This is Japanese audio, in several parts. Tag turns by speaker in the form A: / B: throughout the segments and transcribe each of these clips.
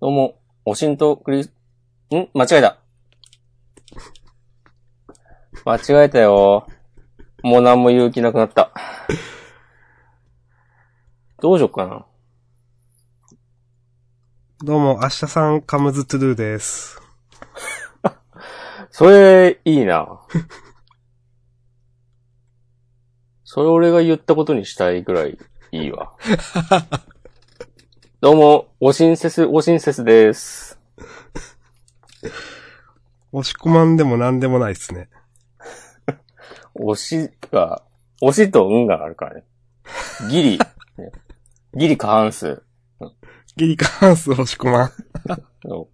A: どうも、おしんとクリス、ん間違えた。間違えたよ。もう何も言う気なくなった。どうしよっかな。
B: どうも、明日さん、カムズトゥドゥです。
A: それ、いいな。それ俺が言ったことにしたいぐらいいいわ。どうも、おしんせす、おしんせすです。
B: 押し込まんでもなんでもないっすね。
A: 推しが、推しと運があるからね。ギリ、 ねギリ過半数。
B: ギリカンス押し 込まん。
A: の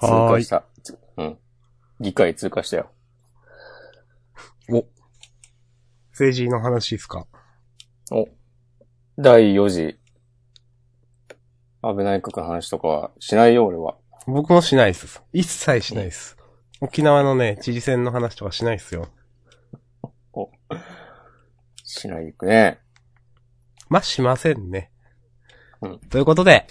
A: 通
B: はー
A: 過
B: い
A: し。た。つうん。議会通過したよ。
B: 政治の話ですか
A: 第4次、安倍内閣の話とかはしないよ、俺は。
B: 僕もしないっす。一切しないっす。沖縄のね、知事選の話とかしないっすよ。
A: しないでいくね。
B: まあ、しませんね。
A: うん
B: ということで、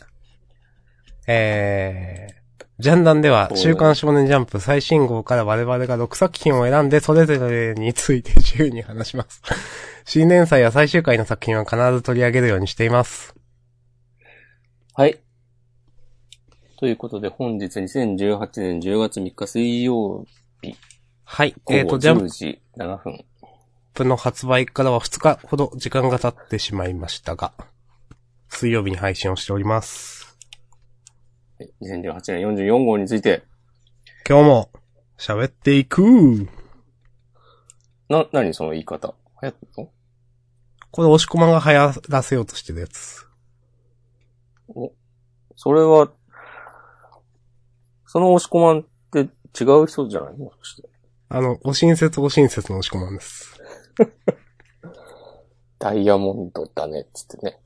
B: えー、ジャンダンでは、
A: おー
B: 週刊少年ジャンプ最新号から我々が6作品を選んで、それぞれについて自由に話します。新年祭や最終回の作品は必ず取り上げるようにしています。
A: はい。ということで、本日2018年10月3日水曜
B: はい。
A: 午
B: えっ、
A: 後
B: と、ジャ
A: 10
B: ン
A: 時7分。
B: プの発売からは2日ほど時間が経ってしまいましたが、水曜日に配信をしております。
A: 2018年44号について、
B: 今日も喋っていく
A: な、何その言い方流行ってんの
B: これ押し込まんが流行らせようとしてるやつ。
A: それは、その押し込まんって違う人じゃないもしかして。
B: あの、お親切お親切の押し込まんです。
A: ダイヤモンドだね、つってね。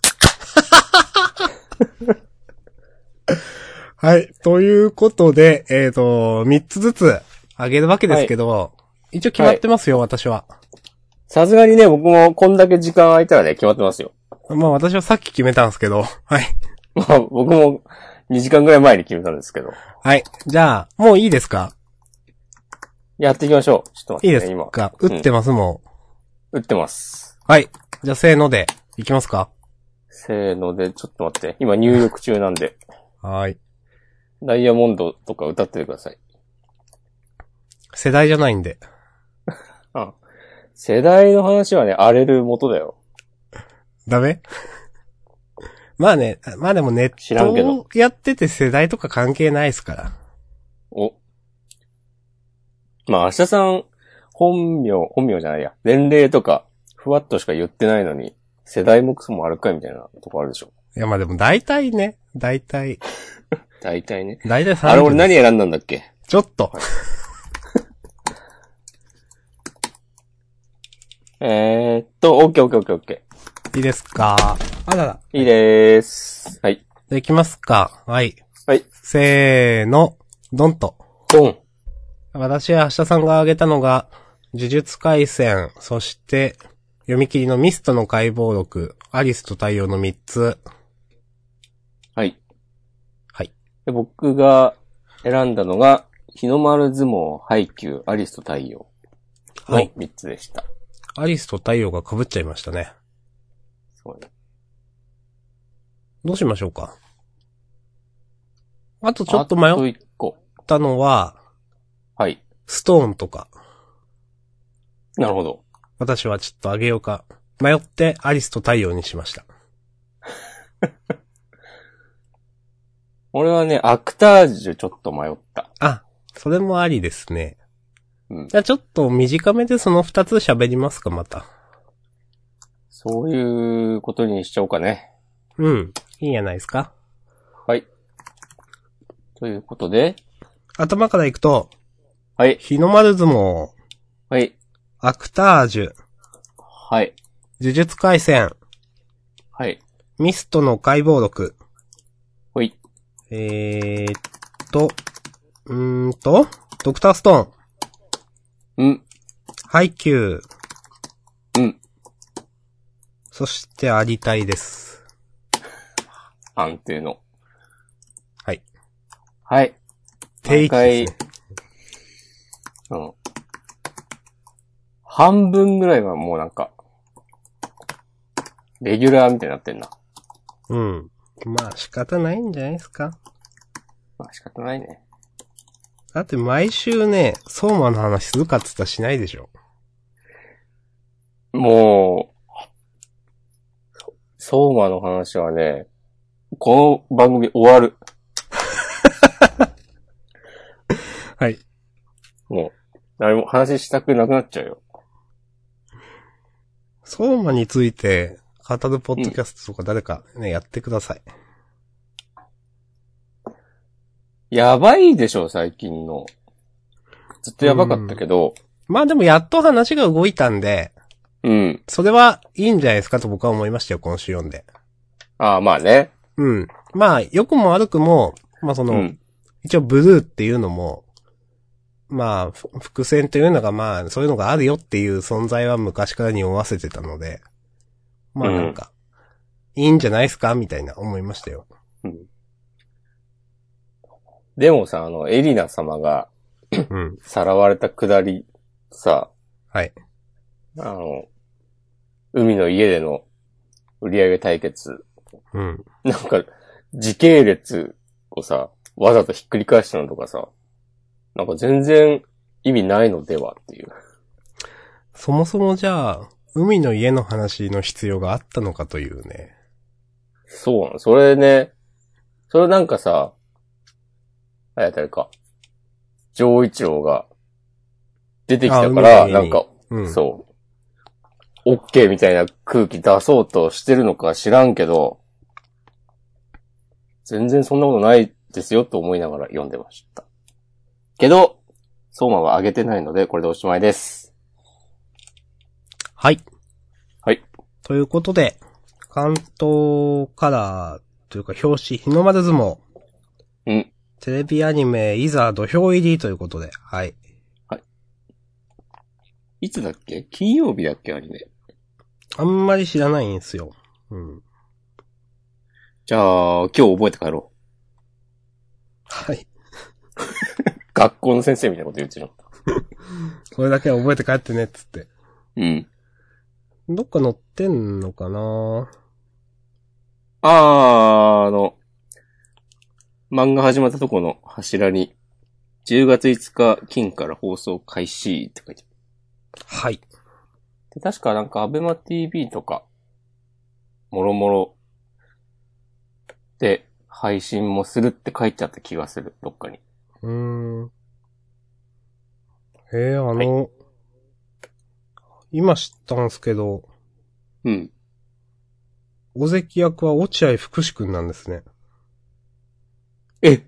B: はい。ということで、えっ、と、3つずつあげるわけですけど、一応決まってますよ、私は。
A: さすがにね、僕もこんだけ時間空いたらね、決まってますよ。
B: まあ私はさっき決めたんですけど、はい。
A: まあ、僕も2時間ぐらい前に決めたんですけど。
B: はい。じゃあ、もういいですか
A: やっていきましょう。ちょっと待
B: いい
A: っ
B: で
A: て、ね、
B: す
A: 今。
B: か打ってます、も
A: 打
B: う。
A: ってます。
B: はい。じゃあ、せーので、いきますか
A: せーので、ちょっと待って。今入力中なんで。
B: はい。
A: ダイヤモンドとか歌っててください。
B: 世代じゃないんで。
A: あ世代の話はね、荒れる元だよ。
B: ダメ まあね、まあでもネ
A: 知らんけ
B: ッ
A: ど
B: トやってて世代とか関係ないですから。
A: お。まあ、明日さん、本名、本名じゃないや。年齢とか、ふわっとしか言ってないのに、世代もクソもあるかいみたいなとこあるでしょ。
B: いや、まあでも大体ね、大体、
A: 大体ね。
B: 大体30。
A: あれ俺何選んだんだっけ
B: ちょっと。
A: えーっと、オッケーオッケーオッケーオッケ
B: いいですかあらら。
A: ー。いいでーす。はい。
B: できますかはい。
A: はい。
B: せーの、ドンと。
A: ドン。
B: 私は明日さんが挙げたのが、呪術回戦、そして、読み切りのミストの解剖録、アリスと太陽の3つ。
A: はい。
B: はい。
A: で、僕が選んだのが、日の丸相撲、ハイキュー、アリスと太陽の
B: はい
A: 3つでした。
B: アリスと太陽が被っちゃいましたね。
A: そうね
B: どうしましょうかあとちょっと迷
A: あと
B: っ
A: 1個。
B: たのは、
A: はい。
B: ストーンとか。
A: なるほど。
B: 私はちょっとあげようか。迷ってアリスと太陽にしました。
A: 俺はね、アクタージュちょっと迷った。
B: あ、それもありですね。
A: うん。
B: じゃあちょっと短めでその2つ喋りますか、また。
A: そういうことにしちゃおうかね。
B: うん。いいんじゃないですか。
A: はい。ということで、
B: 頭からいくと、
A: はい。
B: 日の丸相撲、
A: はい。
B: アクタージュ、
A: はい。
B: 呪術回戦、
A: はい。
B: ミストの解剖録、
A: ほい。
B: えーっと、うーんと、ドクターストーン、
A: うん。
B: ハイキュー、
A: うん。
B: そしてアリタイです。
A: 安定の。
B: はい。
A: はい。
B: 定位置ですね。
A: あの、半分ぐらいはもうなんか、レギュラーみたいになってんな。
B: うん。まあ仕方ないんじゃないですか。
A: まあ仕方ないね。
B: だって毎週ね、相馬の話するかっつったらしないでしょ。
A: もう、相馬の話はね、この番組終わる。
B: はい。
A: もう、誰も話したくなくなっちゃうよ。
B: 相馬について語るポッドキャストとか誰かね、やってください。
A: やばいでしょ、最近の。ずっとやばかったけど、
B: まあでもやっと話が動いたんで、
A: うん。
B: それはいいんじゃないですかと僕は思いましたよ、今週読んで。
A: ああ、まあね。
B: うん。まあ、良くも悪くも、まあその、
A: うん。
B: 一応ブルーっていうのも、まあ、ふ伏線というのがまあ、そういうのがあるよっていう存在は昔から匂わせてたので、まあなんか、いいんじゃないですかみたいな思いまし たよ。
A: でもさ、あの、エリナ様が
B: うん。
A: さらわれたくだり、さ、
B: はい。
A: あの、海の家での売り上げ対決。
B: うん。
A: なんか、時系列をさ、わざとひっくり返したのとかさ、なんか全然意味ないのではっていう。
B: そもそもじゃあ、海の家の話の必要があったのかというね。
A: そうなの。それね、それなんかさ、あれ誰か、上一郎が出てきたか
B: あ
A: ら、
B: 海
A: なん
B: の家に
A: か、
B: うん。
A: そう。オッケーみたいな空気出そうとしてるのか知らんけど、全然そんなことないですよと思いながら読んでました。けど、相馬は上げてないので、これでおしまいです。
B: はい。
A: はい。
B: ということで、関東カラーというか表紙、日の丸相撲。
A: うん。
B: テレビアニメ、いざ土俵入りということで、はい。
A: いつだっけ金曜日だっけアニメ。
B: あんまり知らないんですよ。うん。
A: じゃあ、今日覚えて帰ろう。
B: はい。
A: 学校の先生みたいなこと言うてる
B: これだけは覚えて帰ってね、っつって。
A: うん。
B: どっか載ってんのかな
A: あー、あの、漫画始まったとこの柱に、10月5日金から放送開始って書いてあ
B: はい。
A: る。で確かなんかアベマ TV とか、もろもろで配信もするって書いてあった気がする、どっかに。
B: うーん。えー、あの、今知ったんすけど、
A: うん。
B: 大関役は落合福士くんなんですね。
A: え、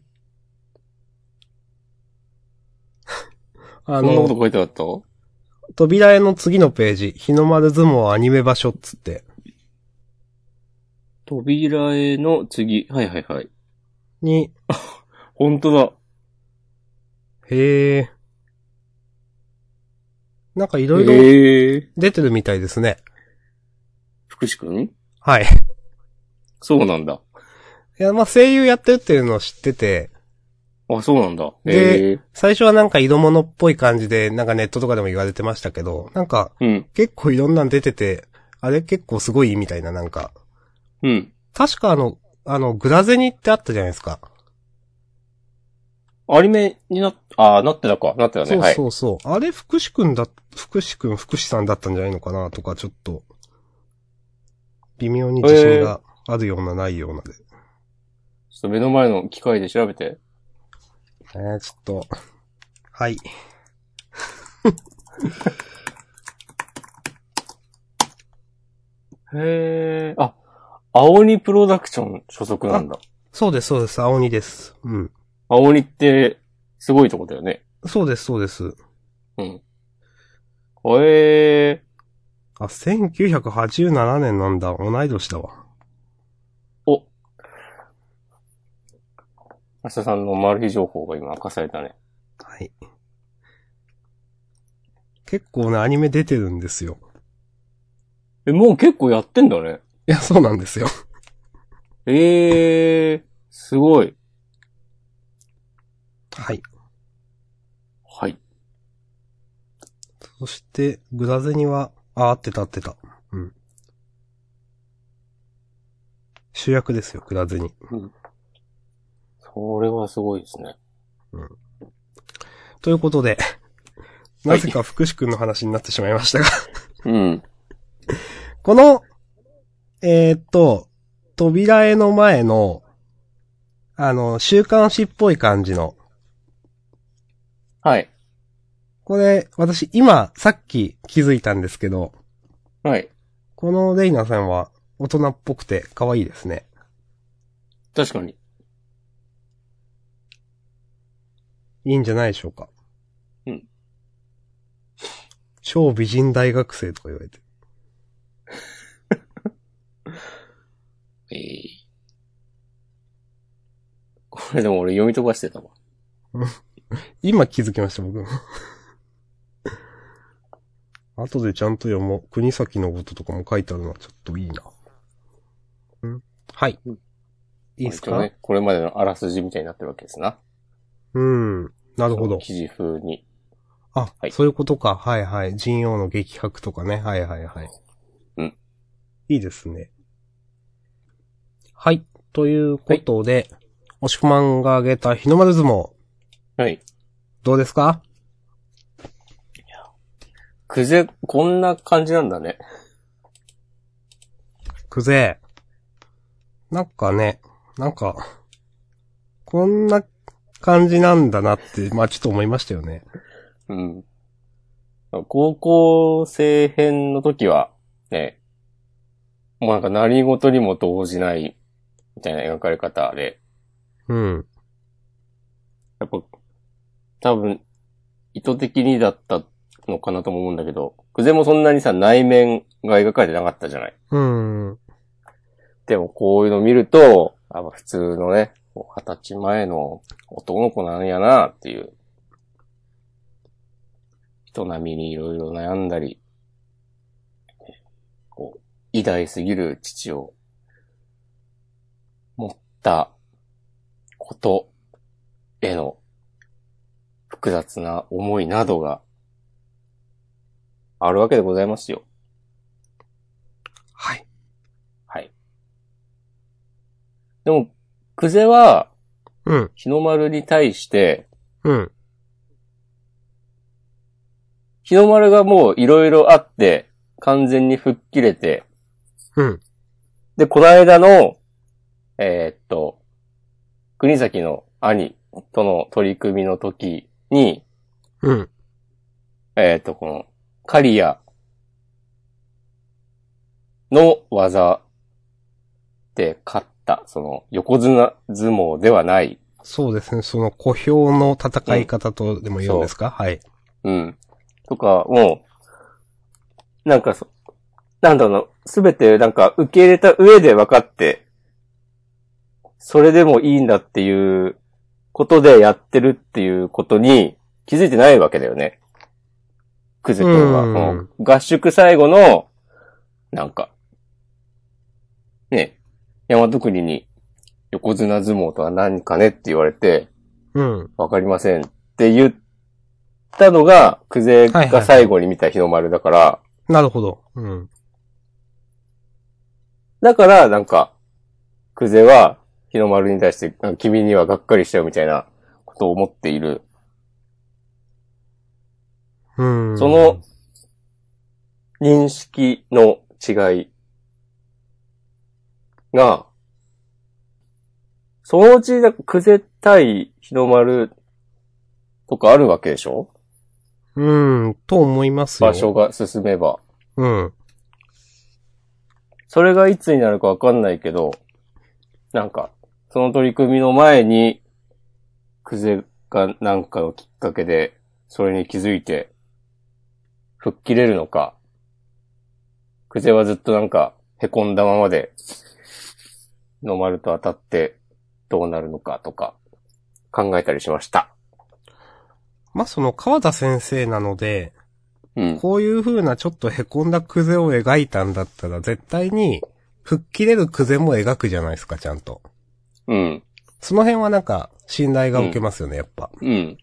A: そ
B: あ
A: んなこと、
B: の
A: 書いてあったう
B: 扉絵の次のページ、日の丸相撲アニメ場所っつって、
A: 扉絵の次。はいはいはい。
B: に、
A: 本当だ。
B: へえ。なんかいろいろ
A: えー。
B: 出てるみたいですね。
A: 福士くん
B: はい。い
A: そうなんだ。
B: や、まあ、声優やってるっていうのを知ってて、
A: あ、そうなんだ。
B: で
A: えー。
B: 最初はなんか色物っぽい感じで、なんかネットとかでも言われてましたけど、なんか
A: うん。
B: 結構いろんなん出てて、あれ結構すごいみたいななんか、
A: うん。
B: 確かあの、あの、グラゼニってあったじゃないですか。
A: アニメになっ、ああ、なってたか。なってたね。
B: そう
A: はい。
B: そうそう。あれ、福士くんだ、福士くん、福士さんだったんじゃないのかなとか、ちょっと、微妙に自信があるような、ないようなで。
A: ちょっと目の前の機械で調べて。
B: えー、ちょっと、はい。
A: へえ。あ、青鬼プロダクション所属なんだ。
B: そうです、そうです、青鬼です。うん。
A: 青鬼って、すごいとこだよね。
B: そうです、そうです。
A: うん。へえ。
B: あ、1987年なんだ、同い年だわ。
A: お。明日さんのマル秘情報が今明かされたね。
B: はい。結構ね、アニメ出てるんですよ。
A: え、もう結構やってんだね。
B: いや、そうなんですよ。
A: ええー、すごい。
B: はい。
A: はい。
B: そして、グラゼニは、あーって立ってた。うん。主役ですよ、グラゼニ。
A: それはすごいですね。
B: ということで、
A: は
B: ないぜか福士くんの話になってしまいましたが、
A: うん。
B: この、えーっと、扉絵の前の、あの、週刊誌っぽい感じの、
A: はい。
B: これ、私今、さっき気づいたんですけど、
A: はい。
B: このレイナさんは大人っぽくて可愛いですね。
A: 確かに。
B: いいんじゃないでしょうか。
A: うん。
B: 超美人大学生とか言われて。
A: えーこれでも俺読み飛ばしてたわ。
B: 今気づきました、僕も。 後でちゃんと読もう。国崎のこととかも書いてあるのはちょっといいな。うん。はい
A: うん。
B: いいです
A: こ
B: か、
A: れねこれまでのあらすじみたいになってるわけですな。
B: うん。なるほど。
A: 記事風に。
B: あ、
A: はい
B: そういうことか。はいはい。人王の激白とかね。はいはいはい。
A: うん。
B: いいですね。はい。ということで、押し込まんが挙げた日の丸相撲、
A: はい。
B: どうですか
A: クゼ、こんな感じなんだね。
B: くぜえ。なんかね、なんか、こんな感じなんだなって、まあちょっと思いましたよね。
A: うん。高校生編の時は、ね、もうなんか何事にも動じない、みたいな描かれ方で、
B: うん。
A: やっぱ、多分、意図的にだったのかなとも思うんだけど、クゼもそんなにさ、内面が描かれてなかったじゃない。
B: うん。
A: でもこういうの見ると、あ普通のね、こう二十歳前の男の子なんやなっていう。人並みにいろいろ悩んだり、こう、偉大すぎる父を持ったことへの複雑な思いなどがあるわけでございますよ。
B: はい。
A: はい。でも、クゼは、
B: うん。
A: 日の丸に対して、
B: うん。
A: 日の丸がもういろいろあって、完全に吹っ切れて、
B: うん。
A: で、この間の、えーっと、国崎の兄との取り組みの時に、
B: うん。
A: えーっと、この、カリアの技で勝った、その、横綱相撲ではない、
B: そうですね。その小兵の戦い方とでも言うんですか、はい。
A: うん。とか、もう、なんかそ、なんだろうな、すべてなんか受け入れた上で分かって、それでもいいんだっていうことでやってるっていうことに気づいてないわけだよね。クズ君は。
B: うん
A: この合宿最後の、なんか、ね、山和国に横綱相撲とは何かねって言われて、
B: うん。
A: わかりませんって言ったのが、クゼが最後に見た日の丸だから、
B: なるほど。うん。
A: だから、なんか、クゼは日の丸に対して、あ君にはがっかりしちゃうみたいなことを思っている。
B: うん。
A: その、認識の違いが、そのうち、なんかクゼ対日の丸とかあるわけでしょ
B: うん、と思いますよ。
A: 場所が進めば。
B: うん。
A: それがいつになるかわかんないけど、なんか、その取り組みの前に、クゼがなんかのきっかけで、それに気づいて、吹っ切れるのか、クゼはずっとなんか、凹んだままで、ノマルと当たって、どうなるのかとか、考えたりしました。
B: まあ、その川田先生なので、
A: うん。
B: こういう風なちょっと凹んだクゼを描いたんだったら、絶対に、吹っ切れるクゼも描くじゃないですか、ちゃんと。
A: うん。
B: その辺はなんか、信頼が受けますよね、やっぱ。
A: うん。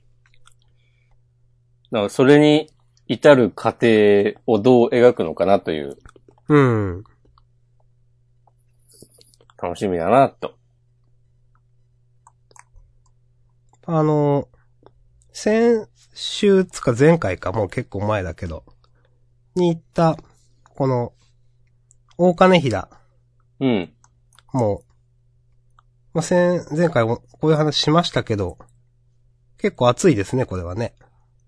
A: だからそれに至る過程をどう描くのかなという
B: うん。
A: 楽しみだなと。
B: あの、先週つか前回か、もう結構前だけど、に行った、この、大金平、
A: うん。
B: もう、まあ、先、前回もこういう話しましたけど、結構熱いですね、これはね。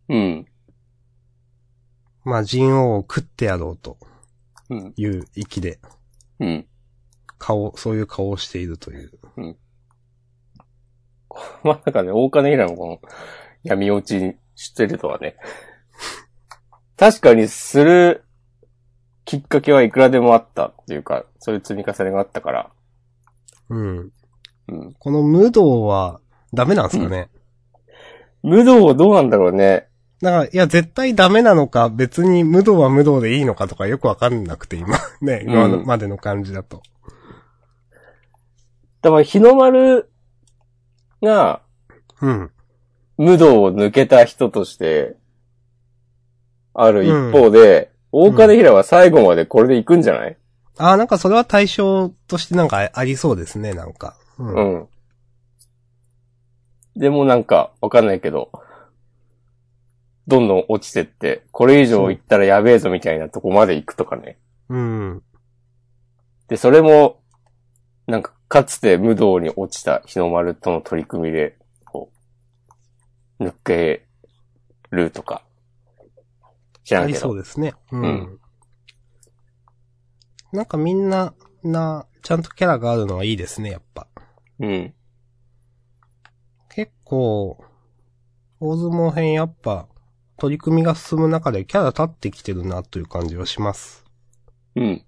A: うん。
B: まあ、人王を食ってやろうと
A: うん。
B: いう域で、
A: うん。
B: 顔、そういう顔をしているという。
A: まさかね、大金平のこの闇落ちにしてるとはね。 確かにするきっかけはいくらでもあったっていうか、そういう積み重ねがあったから。
B: うん。
A: うん。
B: この無道は、ダメなんですかね、
A: 無道どうなんだろうね。
B: だから、いや、絶対ダメなのか、別に無道は無道でいいのかとかよくわかんなくて、今。 ね、
A: うん
B: 今までの感じだと。
A: だから日の丸が
B: うん。
A: 無道を抜けた人としてある一方で、大金平は最後までこれで行くんじゃない、
B: ああ、なんかそれは対象としてなんかあありそうですね、なんか。うん。
A: うん。でもなんか、わかんないけど、どんどん落ちてって、これ以上行ったらやべえぞみたいなとこまで行くとかね。
B: うん。
A: で、それも、なんか、かつて無道に落ちた日の丸との取り組みで、こう、抜けるとか。知ら
B: あ
A: ん
B: り
A: け
B: そ
A: ど。
B: うですね。うん。
A: うん
B: なんかみんな、な、ちゃんとキャラがあるのはいいですね、やっぱ。
A: うん。
B: 結構、大相撲編やっぱ、取り組みが進む中でキャラ立ってきてるなという感じはします。
A: うん。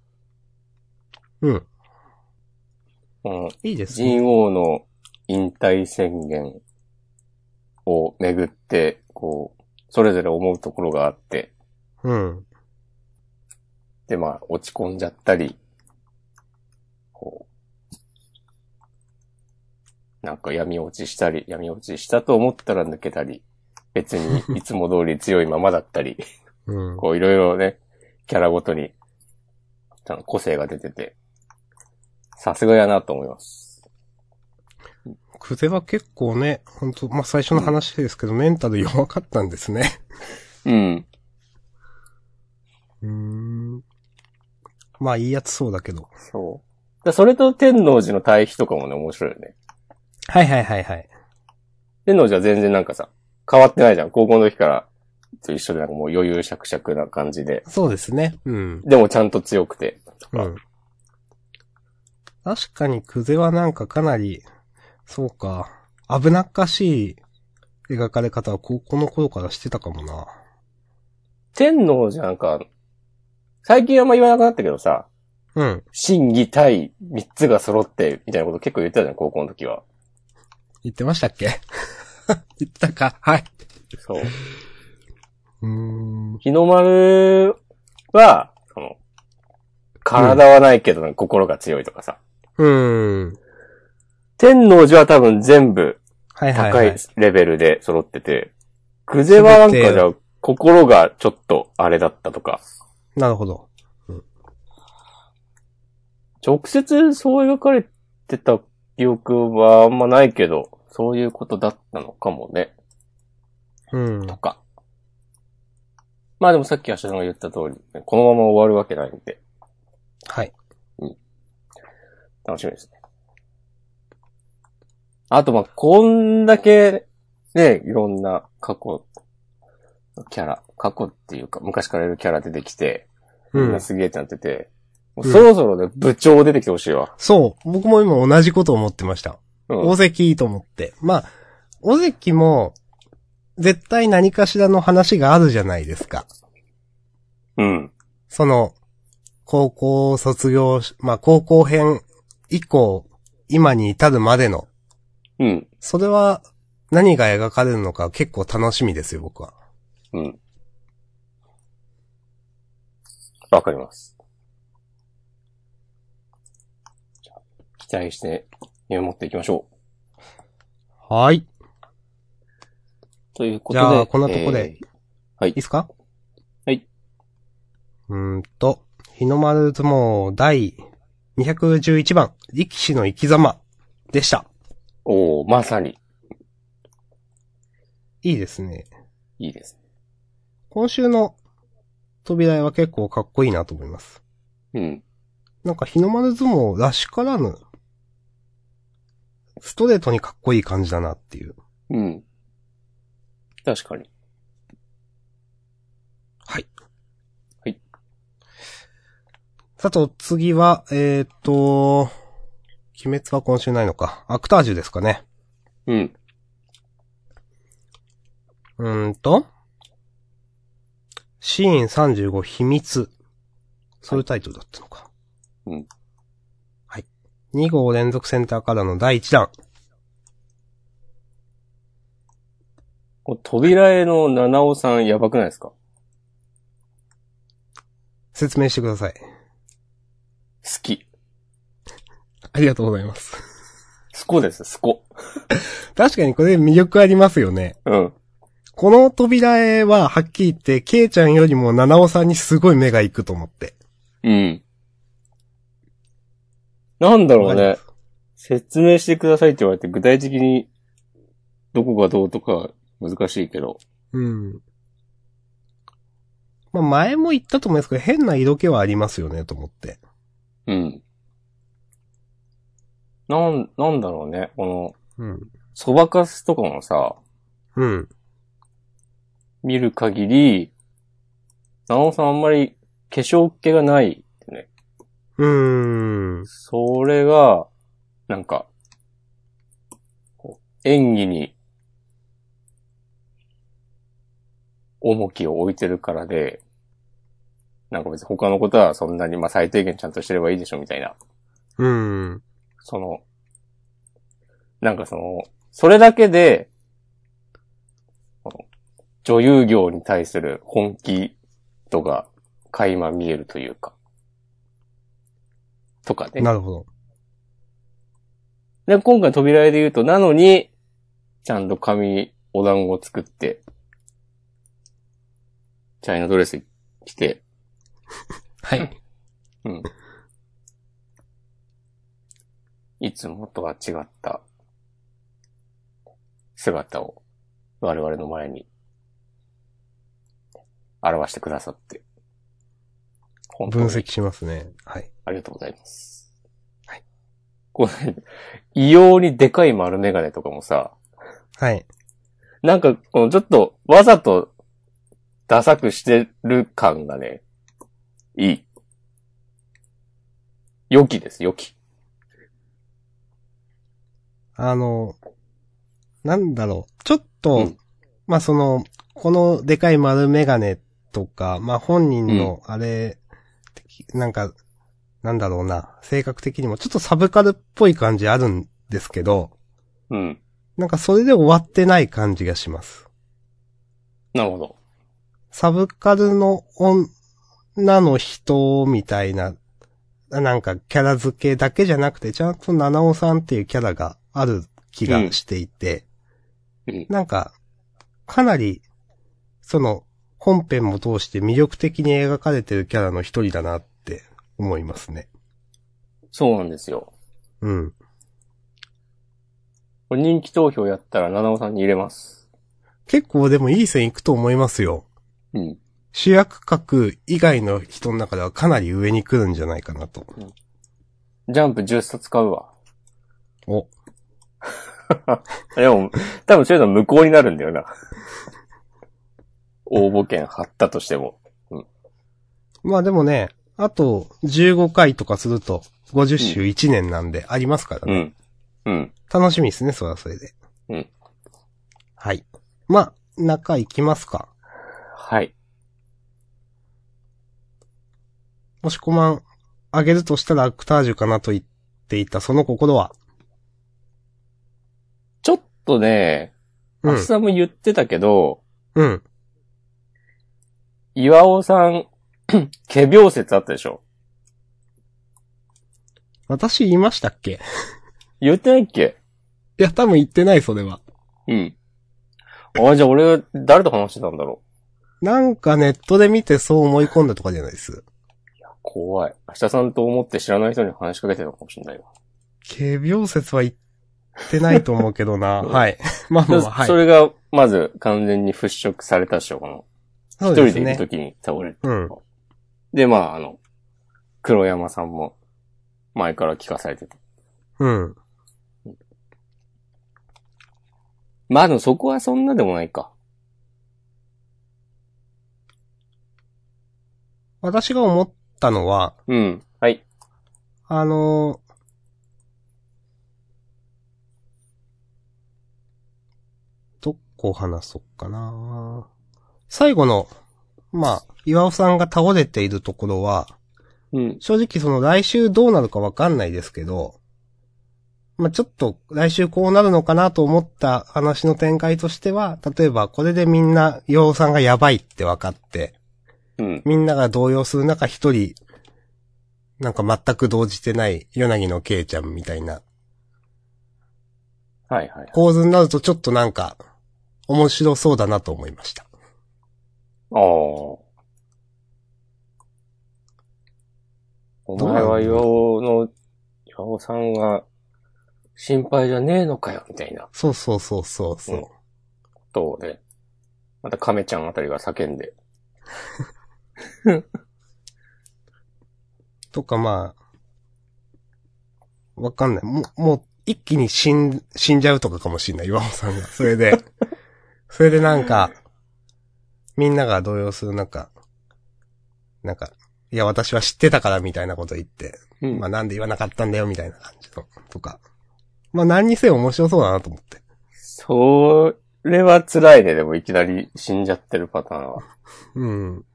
B: うん。
A: うん
B: いいですね。
A: 神王の引退宣言をめぐって、こう、それぞれ思うところがあって、
B: うん。
A: で、まあ、落ち込んじゃったり、こう、なんか闇落ちしたり、闇落ちしたと思ったら抜けたり、別 にいつも通り強いままだったり、
B: うん。
A: こういろいろね、キャラごとに、あの個性が出てて、さすがやなと思います。
B: クゼは結構ね、本当まあ、最初の話ですけど、メンタル弱かったんです ね。
A: うん。
B: うーん。まあ、いいやつそうだけど。
A: そう。だそれと天王寺の対比とかもね、面白いよね。
B: はいはいはいはい。
A: 天王寺は全然なんかさ、変わってないじゃん。高校の時からと一緒でなんかもう余裕しゃくしゃくな感じで。
B: そうですね。うん。
A: でもちゃんと強くて。
B: うん。確かにクゼはなんかかなり、そうか、危なっかしい描かれ方は高校の頃からしてたかもな。
A: 天王寺なんか、最近あんま言わなくなったけどさ、
B: うん。
A: 真偽対三つが揃って、みたいなこと結構言ってたじゃん、高校の時は。
B: 言ってましたっけ 言ってたか。はい。
A: そう。
B: うーん。
A: 日の丸は、その、体はないけど、心が強いとかさ。
B: うーん。
A: 天王寺は多分全部、
B: はいはい、
A: 高
B: は
A: い。
B: い
A: レベルで揃ってて、クゼはなんかじゃあ心がちょっとあれだったとか、
B: なるほど。
A: 直接そう描かれてた記憶はあんまないけど、そういうことだったのかもね、
B: うん。
A: とか。まあでもさっき明日さんが言った通り、ねこのまま終わるわけないんで、
B: はい。
A: 楽しみですね。あとまあこんだけ、ね、いろんな過去、キャラ、過去っていうか、昔からいるキャラ出てきて、
B: う
A: みん
B: ん
A: な。すげえってなってて、もう
B: うん
A: そろそろね、部長出てきてほしいわ。
B: そう。僕も今同じこと思ってました。
A: うん
B: 大。関いいと思って。まあ、大関も、絶対何かしらの話があるじゃないですか。
A: うん。
B: その、高校を卒業し、まあ高校編以降、今に至るまでの、
A: うん。
B: それは何が描かれるのか結構楽しみですよ、僕は。
A: うん。わかります。じゃあ期待して見守っていきましょう。
B: はい。い
A: ということで。
B: じゃあこんなとこで
A: えー
B: いですか
A: はい。
B: うーんと、日の丸相撲第211番、力士の生き様でした。
A: おーまさに、
B: いいですね。
A: いいです
B: 今週の扉絵は結構かっこいいなと思います。
A: ね。うん。
B: なんか日の丸相撲らしからぬ、ストレートにかっこいい感じだなっていう。
A: うん。確かに。
B: はい。
A: はい。
B: さと、次は、えーっと、鬼滅は今週ないのか。アクタージュですかね。
A: うん。
B: うーんと、シーン35秘密。そういうタイトルだったのか。
A: うん。
B: はい。2号連続センターからの第1弾。
A: こう扉絵の七尾さんやばくないですか
B: 説明してください。
A: 好き。
B: ありがとうございます。
A: スコです、スコ。
B: 確かにこれ魅力ありますよね。
A: うん。
B: この扉絵ははっきり言って、ケイちゃんよりも七尾さんにすごい目が行くと思って。
A: うん。なんだろう
B: わ
A: ね
B: か。
A: 説明してくださいって言われて、具体的にどこがどうとか難しいけど。
B: うん。まあ前も言ったと思いますけど、変な色気はありますよね、と思って。
A: うん。なん、なんだろうね。この、
B: うん。
A: そばかすとかもさ、
B: うん。
A: 見る限り、なおさんあんまり化粧っ気がないってね。
B: うーん。
A: それが、なんか、こう演技に、重きを置いてるからで、なんか別に他のことはそんなに、まあ最低限ちゃんとしてればいいでしょみたいな。
B: うん。
A: その、なんかその、それだけで、この女優業に対する本気度が垣間見えるというか、とかね。
B: なるほど。
A: で、今回扉絵で言うと、なのに、ちゃんと紙、お団子を作って、チャイナドレス着て、
B: はい。
A: うん。いつもとは違った姿を我々の前に表してくださって、本当
B: 分
A: に
B: 析しますね。はい。
A: ありがとうございます。
B: はい。
A: これ、異様にでかい丸メガネとかもさ、
B: はい。
A: なんか、このちょっとわざとダサくしてる感がね、いい。良きです、良き。
B: あの、なんだろう。ちょっと、
A: うん
B: まあその、このでかい丸メガネとか、まあ本人のあれ、なんか、なんだろうな、性格的にもちょっとサブカルっぽい感じあるんですけど、
A: うん。
B: なんかそれで終わってない感じがします。
A: なるほど。
B: サブカルの女の人みたいな、なんかキャラ付けだけじゃなくて、ちゃんと七尾さんっていうキャラがある気がしていて、
A: うん
B: なんか、かなり、その、本編も通して魅力的に描かれてるキャラの一人だなって思いますね。
A: そうなんですよ。
B: うん。
A: これ人気投票やったら七尾さんに入れます。
B: 結構でもいい線いくと思いますよ。
A: うん。
B: 主役格以外の人の中ではかなり上に来るんじゃないかなと。
A: ジャンプ10冊買うわ。
B: お。
A: でも、多分そういうの無効になるんだよ な。応募券貼ったとしても。
B: まあでもね、あと15回とかすると50週1年なんでありますから
A: う
B: ね。
A: ん。うん。
B: 楽しみですね、それはそれで。
A: うん。
B: はい。まあ、中行きますか。
A: はい。
B: もしコマン上げるとしたらアクタージュかなと言っていたその心は。
A: ちょっとね、
B: う
A: 明
B: ん。
A: 日も言ってたけど、
B: うん。
A: 岩尾さん、 仮病説あったでしょ
B: 私言いましたっけ
A: 言ってないっけ
B: いや、多分言ってない、それは。
A: うん。あ、じゃあ俺、誰と話してたんだろ
B: なんかネットで見てそう思い込んだとかじゃないです。
A: う。怖い。明日さんと思って知らない人に話しかけてたかもしれないわ。
B: 軽病説は言ってないと思うけどな。はい。まあまあまあ、はい。
A: それが、まず完全に払拭されたっしょ、この。一
B: そう
A: 人
B: で
A: ですいる
B: ね。
A: 時に倒れる。
B: うん。
A: で、まあ、あの、黒山さんも、前から聞かされてて。
B: うん。
A: まあでもそこはそんなでもないか。
B: 私が思ったのは、
A: うん。はい。
B: あのーどこ話そうかな最後の、まあ、岩尾さんが倒れているところは、
A: うん。
B: 正直その来週どうなるかわかんないですけど、まあ、ちょっと来週こうなるのかなと思った話の展開としては、例えばこれでみんな岩尾さんがやばいって分かって、
A: うん。
B: みんなが動揺する中一人、なんか全く動じてない柳のけいちゃんみたいな
A: はいはい。
B: 構図になるとちょっとなんか面白そうだなと思いました。
A: ああ。お前は岩尾の、岩尾さんが心配じゃねえのかよ、みたいな
B: そうそうそうそうそう。
A: うんことで、また亀ちゃんあたりが叫んで。
B: とかまあ、わかんない。もう、もう一気に死ん、死んじゃうとかかもしんない、岩尾さんが。それで、それでなんか、みんなが動揺する中、なんか、いや私は知ってたからみたいなこと言って、
A: うん
B: まあなんで言わなかったんだよみたいな感じの、とか。まあ何にせよ面白そうだなと思って。
A: それは辛いね、でもいきなり死んじゃってるパターンは。
B: うん。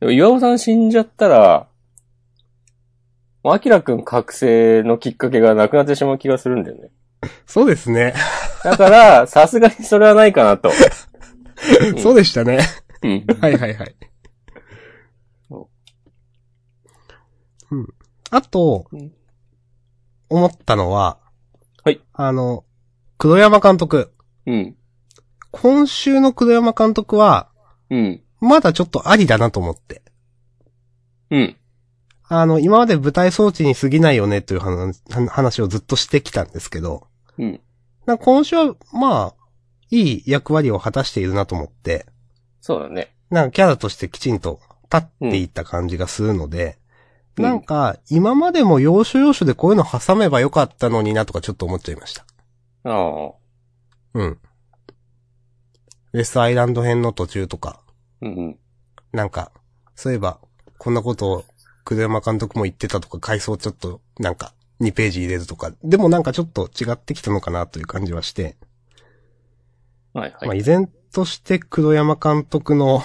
A: でも岩尾さん死んじゃったら、もうアキラくん覚醒のきっかけがなくなってしまう気がするんだよね。
B: そうですね。
A: だから、さすがにそれはないかなと。ん
B: そうでしたね。
A: うん。
B: はいはいはい
A: そ。
B: うん。あと
A: うん、
B: 思ったのは、
A: はい。
B: あの、黒山監督。
A: うん。
B: 今週の黒山監督は、
A: うん。
B: まだちょっとありだなと思って。
A: うん。
B: あの、今まで舞台装置に過ぎないよねという話話をずっとしてきたんですけど、
A: うん。
B: なんか今週は、まあ、いい役割を果たしているなと思って、
A: そうだね。
B: なんかキャラとしてきちんと立っていった感じがするので、
A: うん
B: なんか今までも要所要所でこういうの挟めばよかったのになとかちょっと思っちゃいました。
A: ああ。
B: うん。ウェストアイランド編の途中とか、
A: うん。
B: なんか、そういえば、こんなことを、栗山監督も言ってたとか、回想ちょっと、なんか、2ページ入れるとか、でもなんかちょっと違ってきたのかなという感じはして、
A: はい
B: まあ、
A: はい。
B: 依然として黒山監督の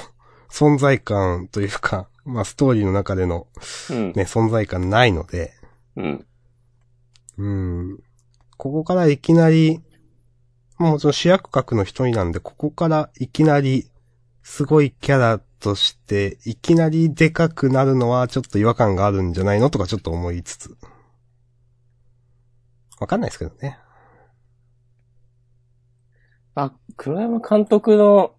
B: 存在感というか、まあ、ストーリーの中での
A: うん。
B: ね、存在感ないので、
A: うん。
B: うん。ここからいきなり、まあもちろん主役格の一人なんで、ここからいきなり、すごいキャラとして、いきなりでかくなるのはちょっと違和感があるんじゃないのとかちょっと思いつつ。わかんないですけどね。
A: あ、黒山監督の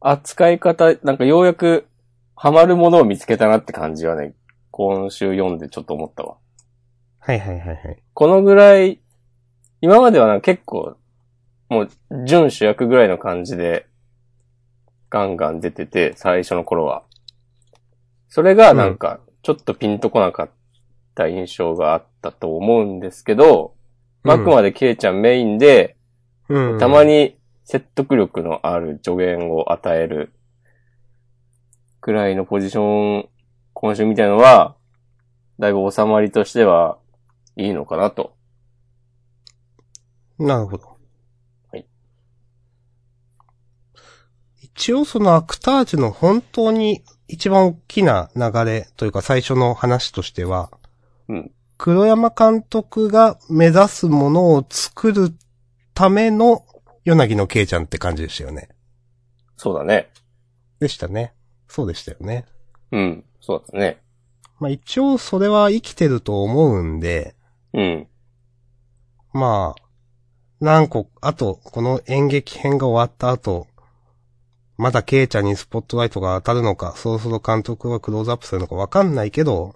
A: 扱い方、なんかようやくハマるものを見つけたなって感じはね、今週読んでちょっと思ったわ。
B: はいはいはいはい。
A: このぐらい、今まではなんか結構、もう、準主役ぐらいの感じで、ガンガン出てて、最初の頃は。それがなんか、ちょっとピンとこなかった印象があったと思うんですけど、
B: うん
A: あくまでケイちゃんメインで、
B: うん
A: たま。に説得力のある助言を与える、くらいのポジション、今週みたいのは、だいぶ収まりとしては、いいのかなと
B: なるほど。
A: はい。
B: 一応そのアクタージュの本当に一番大きな流れというか最初の話としては、
A: うん
B: 黒山監督が目指すものを作るための柳のけいちゃんって感じでしたよね。
A: そうだね。
B: でしたね。そうでしたよね。
A: うん。そうだね。
B: まあ一応それは生きてると思うんで、
A: うん。
B: まあ、何個、あと、この演劇編が終わった後、まだケイちゃんにスポットライトが当たるのか、そろそろ監督がクローズアップするのかわかんないけど、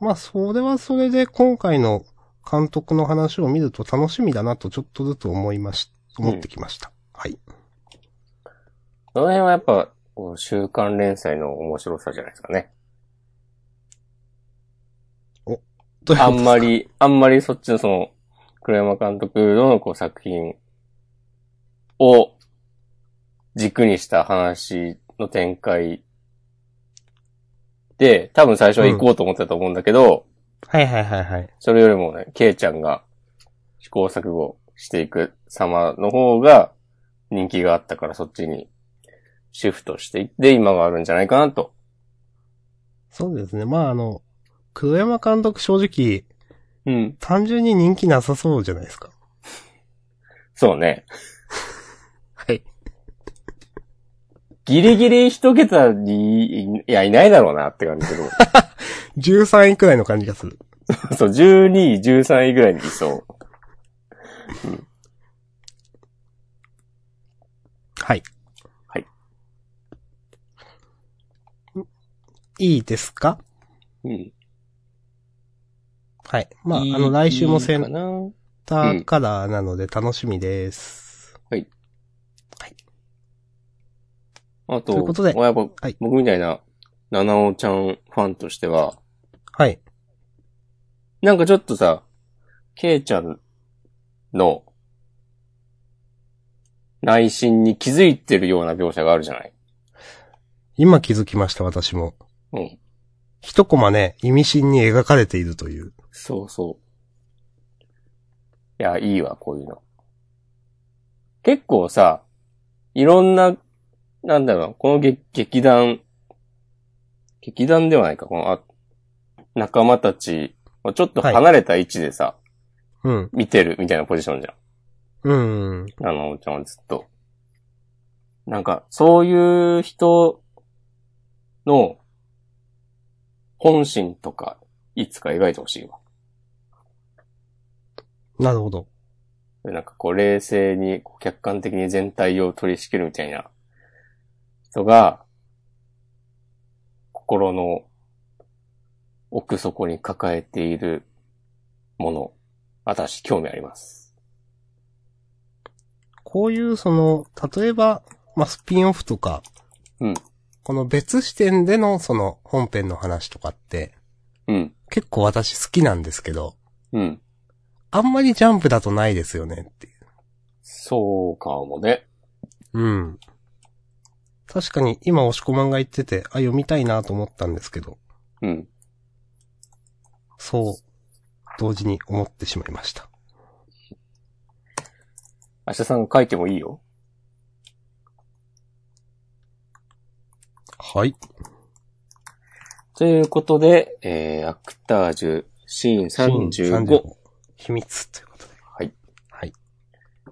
B: まあ、それはそれで今回の監督の話を見ると楽しみだなとちょっとずつ思いまし、思ってきました。はい。
A: その辺はやっぱ、こう週刊連載の面白さじゃないですかね。
B: というこ
A: あ
B: とで
A: んま。り、あんまりそっちのその、黒山監督のこう作品を軸にした話の展開で、多分最初は行こうと思ってたと思うんだけど、
B: はいはいはいはい。
A: それよりもね、ケイちゃんが試行錯誤していく様の方が人気があったからそっちにシフトしていって今があるんじゃないかなと。
B: そうですね。まあ、あの、黒山監督正直、
A: うん。
B: 単純に人気なさそうじゃないですか。
A: そうね。
B: はい。
A: ギリギリ一桁に、いや、いないだろうなって感じだけど。
B: 13位くらいの感じがする。
A: そう、12位、13位ぐらいにいそう。
B: はい。
A: はい。
B: いいですか
A: うん。
B: はい。まあ、あの、来週もセ
A: いいか
B: ン
A: な。
B: ターカラーなので楽しみです。
A: あと、
B: ということで
A: まあやっぱ
B: はい
A: 僕みたいな、七尾ちゃんファンとしては、
B: はい。
A: なんかちょっとさ、ケイちゃんの内心に気づいてるような描写があるじゃない
B: 今気づきました、私も。
A: うん。
B: 一コマね、意味深に描かれているという。
A: そうそう。いや、いいわ、こういうの。結構さ、いろんな、なんだろう、この劇劇団、劇団ではないか、このあ仲間たち、まあちょっと離れた位置でさ、
B: うん。
A: 見てるみたいなポジションじゃん。
B: うん。
A: あの、おちゃんはずっと。なんか、そういう人の本心とか、いつか描いてほしいわ。
B: なるほど。
A: なんかこう、冷静に、こう客観的に全体を取り仕切るみたいな人が、心の奥底に抱えているもの、私、興味あります。
B: こういう、その、例えば、まあ、スピンオフとか、
A: うん
B: この別視点での、その、本編の話とかって、
A: うん、
B: 結構私好きなんですけど、
A: うん。
B: あんまりジャンプだとないですよねっていう。
A: そうかもね。
B: うん。確かに、今、押し込まんが言ってて、あ、読みたいなと思ったんですけど、
A: うん。
B: そう、同時に思ってしまいました。
A: 明日さん書いてもいいよ。
B: はい。
A: ということで、えー、アクタージュシーン35。
B: 35秘密ということで。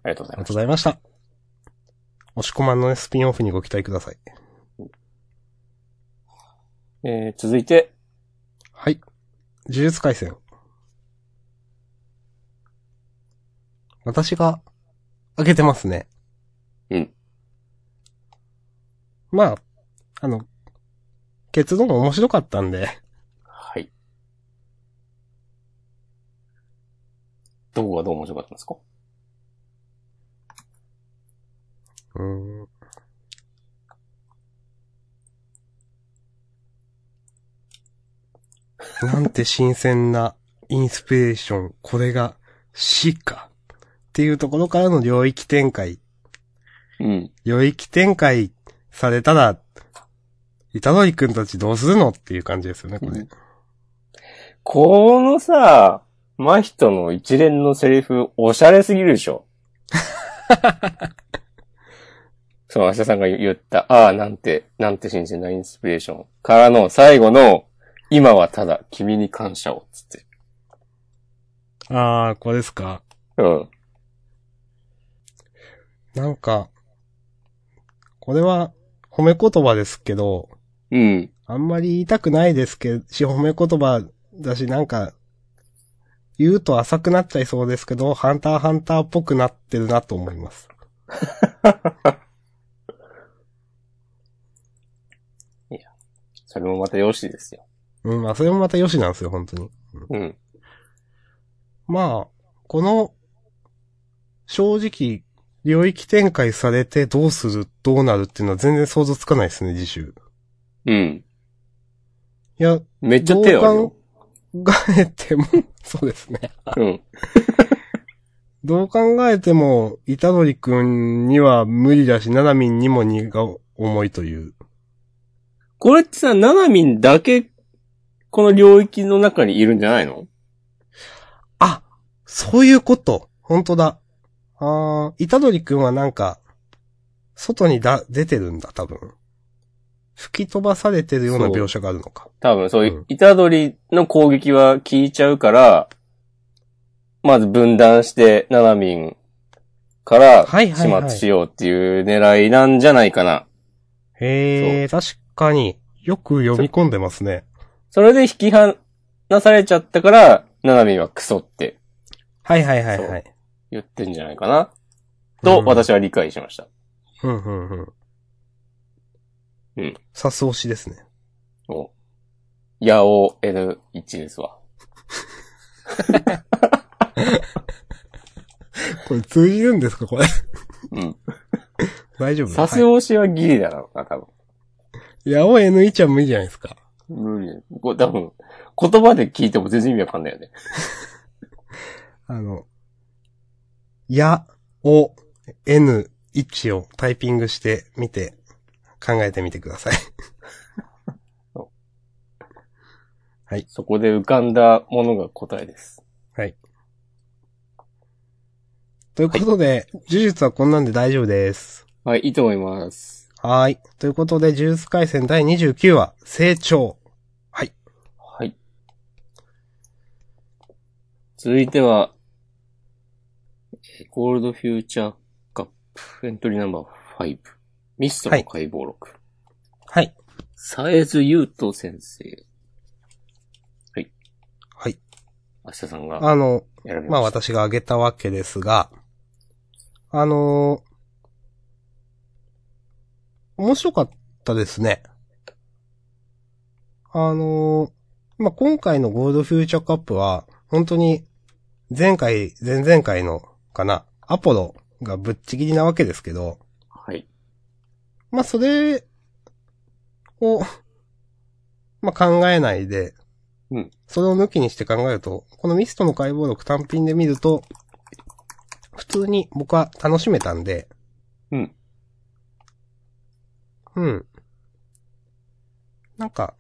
A: ありがとうござい
B: ありが
A: ま
B: と
A: す
B: う。ございました。押し込まんのねスピンオフにご期待ください。
A: えー、続いて、
B: はい。呪術回戦。私が、開けてますね。
A: うん。
B: まあ、あの、結論面白かったんで、
A: はい。どこがどう面白かったんですか
B: うーん。なんて新鮮なインスピレーション。これが死か。っていうところからの領域展開。
A: うん。
B: 領域展開されたら、いたのりくんたちどうするのっていう感じですよね、これ。
A: うんこのさ、真人の一連のセリフ、おしゃれすぎるでし ょそう、明日さんが言った、ああ、なんて、なんて新鮮なインスピレーション。からの最後の、今はただ君に感謝を、つって。
B: あー、これですか。
A: うん。
B: なんか、これは褒め言葉ですけど、
A: うん。
B: あんまり言いたくないですけど、し、褒め言葉だし、なんか、言うと浅くなっちゃいそうですけど、ハンターハンターっぽくなってるなと思います。
A: それもまたよしですよ。
B: うん、まあそれもまた良しなんですよ、本当に。
A: うん。
B: まあ、この、正直、領域展開されてどうする、どうなるっていうのは全然想像つかないですね、次週。
A: うん。
B: いや、
A: めっちゃ手あるよ。
B: どう考えても、 そうですね。
A: うん。
B: どう考えても、イタドリくんには無理だし、ナナミンにも荷が重いという。
A: これってさ、ナナミンだけ、この領域の中にいるんじゃないの
B: あそういうこと本当だ。あー、イタドリくんはなんか、外にだ、出てるんだ、多分。吹き飛ばされてるような
A: そう
B: 描写があるのか。
A: 多分、そう
B: うん
A: いう、イタドリの攻撃は効いちゃうから、まず分断して、ナナミンから
B: はい
A: 始
B: はいはい
A: 末しようっていう狙いなんじゃないかな。
B: へえ、確かによく読み込んでますね。
A: それで引き離されちゃったから、ナナミンはクソって
B: はいはいはいはい。
A: 言ってんじゃないかな。と、
B: うん
A: 私は理解しました。
B: うんうんうん。
A: うん。
B: さす押しですね。
A: お。ヤオ N1 ですわ。
B: これ通じるんですかこれ。
A: うん。
B: 大丈夫
A: さす
B: はい
A: 押しはギリだろうな、多分。
B: 八尾 N1 は無理じゃないですか。
A: 無理。こ多分、言葉で聞いても全然意味わかんないよね。
B: あの、や、お、N1 をタイピングしてみて、考えてみてください。
A: そこで浮かんだものが答えです。
B: ということで、呪術はこんなんで大丈夫です。
A: はい、いいと思います。
B: はーい。ということで、呪術回戦第29話、成長。
A: はい。続いては、えーゴールドフューチャーカップ、エントリーナンバー5、ミストの解剖録、
B: はい。
A: サエズユート先生、
B: はい。
A: 明日さんが
B: あの、
A: 選びました。
B: まあ私が挙げたわけですが、あのー面白かったですね。あのーまあ今回のゴールドフューチャーカップは、本当に前回、前々回のかな、アポロがぶっちぎりなわけですけど、
A: はい。
B: まあ、それを、 まあ、考えないで、
A: うん
B: それを抜きにして考えると、このミストの解剖録単品で見ると、普通に僕は楽しめたんで、
A: うん。
B: うん。なんか、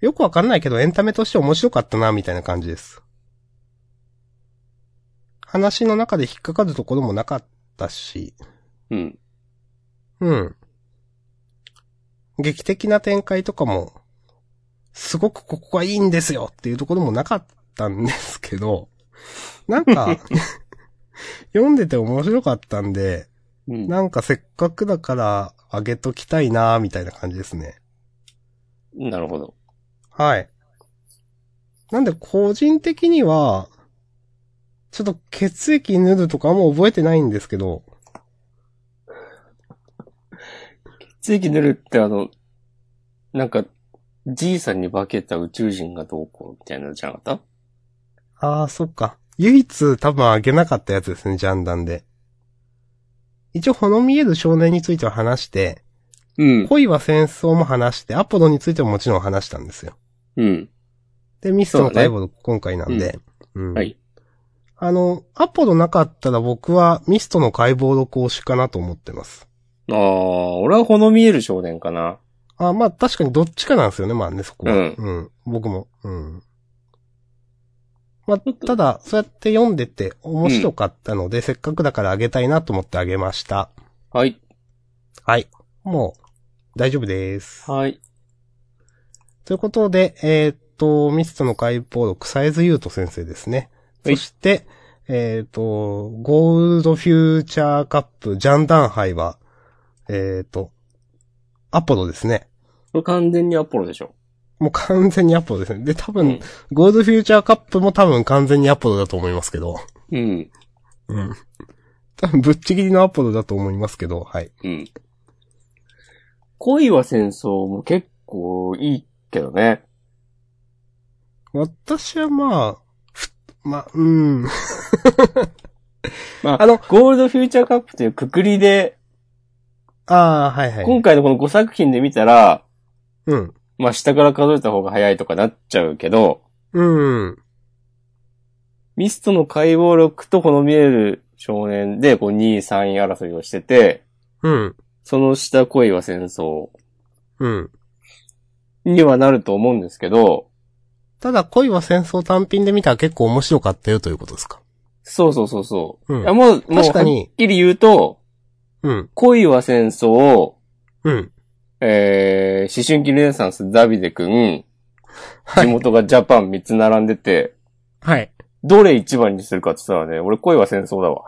B: よくわかんないけどエンタメとして面白かったな、みたいな感じです。話の中で引っかかるところもなかったし、
A: うん。
B: うん。劇的な展開とかも、すごくここがいいんですよっていうところもなかったんですけど、 なんか、 読んでて面白かったんで、
A: うん。な
B: なんかせっかくだからあげときたいなーみたいな感じですね。
A: るほど。
B: はい。なんで個人的には、ちょっと血液塗るとかあんま覚えてないんですけど、
A: 血液塗るってあの、なんか、じいさんに化けた宇宙人がどうこうみたいなのじゃなかっ
B: ああ、そっか。唯一多分あげなかったやつですね、ジャンダンで。一応、ほの見える少年については話して、
A: たうん。
B: 恋は戦争も話して、アポロについてももちろん話したんですよ。
A: うん。
B: で、ミスト
A: そ
B: の
A: うだね
B: 解剖録今回なんで。うん
A: はい。
B: あの、アポロなかったら僕はミストの解剖録推しかなと思ってます。
A: ああ、俺はほの見える少年かな。
B: あーまあ確かにどっちかなんですよね、まあね、そこは。
A: うん
B: うん、僕も。うん。まあ、ただ、そうやって読んでて面白かったので、せっかくだからあげたいなと思ってあげました。
A: はい。
B: はい。もう、大丈夫です。
A: はい。
B: ということで、えーっと、ミストの解剖録、サイズユート先生ですね。
A: はい
B: そして、えーっと、ゴールドフューチャーカップ、ジャンダン杯は、えーっと、アポロですね。
A: これ完全にアポロでしょ。
B: もう完全にアポロですね。で、多分、
A: うん
B: ゴールドフューチャーカップも多分完全にアポロだと思いますけど。
A: うん。
B: うん。多分ぶっちぎりのアポロだと思いますけど、はい。
A: うん。恋は戦争も結構いいけどね。
B: 私はまあ、ふまあ、うん。
A: まあ、
B: あの
A: ゴールドフューチャーカップというくくりで、
B: ああ、はいはい。
A: 今回のこの5作品で見たら、
B: うん。
A: まあ下から数えた方が早いとかなっちゃうけど、
B: うん。
A: ミストの解剖録とこの見える少年で、こう2位3位争いをしてて、
B: うん。
A: その下恋は戦争
B: うん。
A: にはなると思うんですけど、
B: ただ、恋は戦争単品で見たら結構面白かったよということですか。
A: そうそうそうそう。
B: うん
A: いやもう、もう、
B: 確
A: は
B: かに
A: っきり言うと、
B: うん。
A: 恋は戦争、
B: うん。
A: えー、思春期ルネサンスダビデくん、
B: は
A: 地
B: い。
A: 元がジャパン3つ並んでて、
B: はい。
A: どれ一番にするかって言ったらね、俺恋は戦争だわ。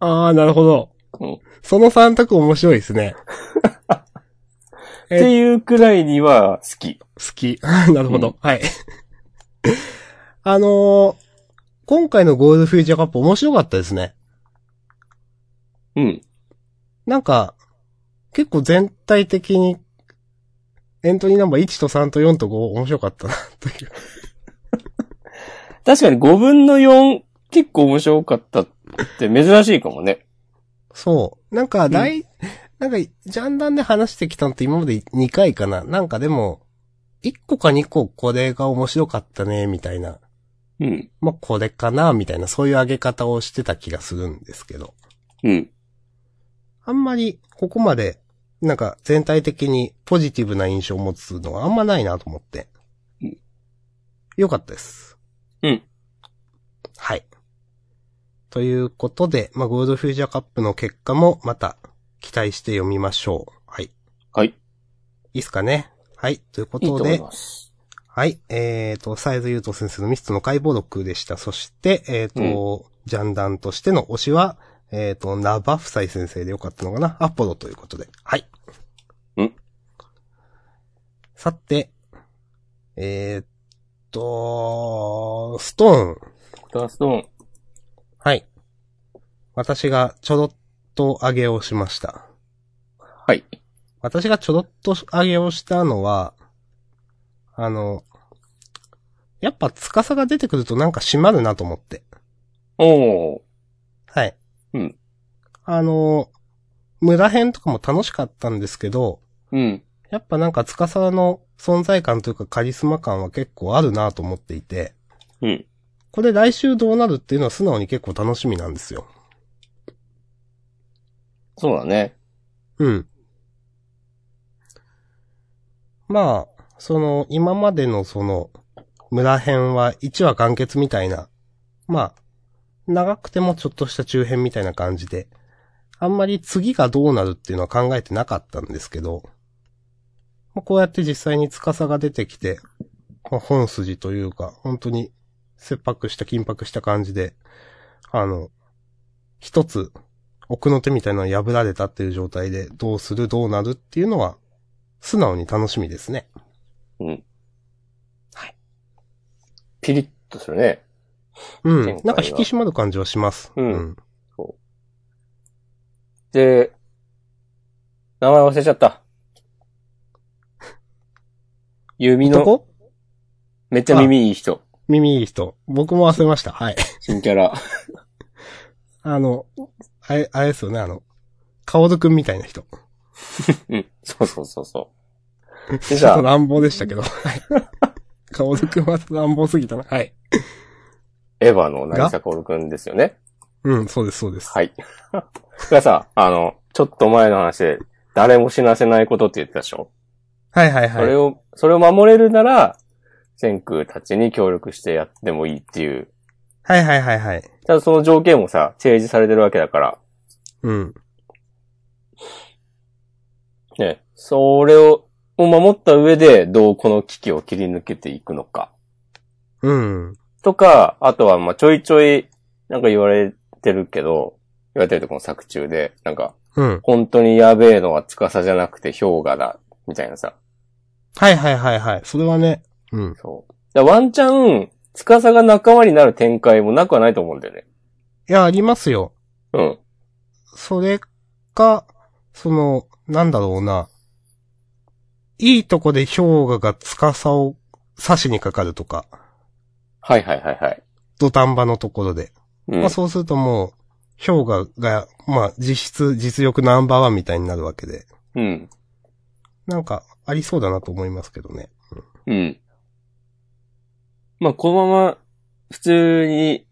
B: ああ、なるほど。
A: うん
B: その三択面白いですね。
A: っ
B: え
A: ていうくらいには好き。
B: 好き。 なるほど。はい。 あのー今回のゴールドフューチャーカップ面白かったですね。
A: うん。
B: なんか、結構全体的に、エントリーナンバー1と3と4と5面白かった な、という。
A: 確かに5分の4、結構面白かったって珍しいかもね。
B: そう。なんか、大、なんか、ジャンダンで話してきたのって今まで2回かな。なんかでも、1個か2個これが面白かったね、みたいな。
A: うん。
B: まあ、これかな、みたいな、そういう上げ方をしてた気がするんですけど。
A: うん。
B: あんまり、ここまで、なんか全体的にポジティブな印象を持つのはあんまないなと思って
A: うん。
B: よかったです。
A: うん。
B: はい。ということで、まあ、ゴールドフューチャーカップの結果もまた期待して読みましょう。はい。い
A: はい。い
B: いっすかね。はい。というこ
A: いと
B: と
A: 思
B: で、
A: います。
B: はい。えー、と、サイズ優斗先生のミストの解剖録でした。そして、えー、と、ジャンダンとしての推しは、えー、と、ナバ夫妻先生でよかったのかなアポロということで。はい。
A: うん。
B: さて、えー、と、ストーン。
A: ダーストーン。
B: はい。私がちょろっと上げをしました。
A: はい。
B: 私がちょろっと上げをしたのは、あの、やっぱ司が出てくるとなんか閉まるなと思って。
A: おー。
B: はい。
A: うん。
B: あの、村編とかも楽しかったんですけど、
A: うん。
B: やっぱなんか司の存在感というかカリスマ感は結構あるなと思っていて、
A: うん。
B: これ来週どうなるっていうのは素直に結構楽しみなんですよ。
A: そうだね。
B: うん。まあ、その、今までのその、村編は1話完結みたいな、まあ、長くてもちょっとした中編みたいな感じで、あんまり次がどうなるっていうのは考えてなかったんですけど、まあこうやって実際に司が出てきて、まあ本筋というか、本当に切迫した緊迫した感じで、あの、一つ奥の手みたいなのが破られたっていう状態で、どうする、どうなるっていうのは、素直に楽しみですね。
A: うん。
B: はい。
A: ピリッとするね。
B: うん
A: 前回は。
B: なんか引き締まる感じはします。
A: うんで、名前忘れちゃ った。
B: い
A: 弓
B: と
A: の、
B: こ
A: めっちゃ耳いい人。
B: 耳いい人。僕も忘れました。はい。
A: 新キャラ。
B: あの、あれ、あれですよね、あの、カオルくんみたいな人。
A: うん。そうそうそうそう。で
B: ちょっと
A: さ、
B: 乱暴でしたけど。はい。カオルくんは乱暴すぎたな。はい。
A: エヴァの渚薫くんですよね。
B: うん、そうです、そうです。
A: はい。 がさ、あの、ちょっと前の話で、誰も死なせないことって言ってたでしょ、
B: はい、はい、
A: それ
B: はい。
A: を、それを守れるなら、千空たちに協力してやってもいいっていう。
B: はい、はい、はい、はい。
A: ただその条件もさ、提示されてるわけだから、
B: うん。
A: ね、それを、を守った上で、どうこの危機を切り抜けていくのか。
B: うん。
A: とか、あとは、まあ、ちょいちょい、なんか言われてるけど、言われてるとこの作中で、なんか、
B: うん。
A: 本当にやべえのは司じゃなくて氷河だ、みたいなさ。
B: はい、はい、はい、はい。それはね、うん。
A: そう。だからワンチャン、司が仲間になる展開もなくはないと思うんだよね。
B: いや、ありますよ。
A: うん。
B: それか、その、なんだろうな。いいとこで氷河が司を刺しにかかるとか、
A: はいはいはいはい。
B: 土壇場のところで。
A: うん。
B: まあそうするともう、氷河が、まあ実質、実力ナンバーワンみたいになるわけで。
A: うん。
B: なんか、ありそうだなと思いますけどね。
A: うん。まあ、このまま、普通に、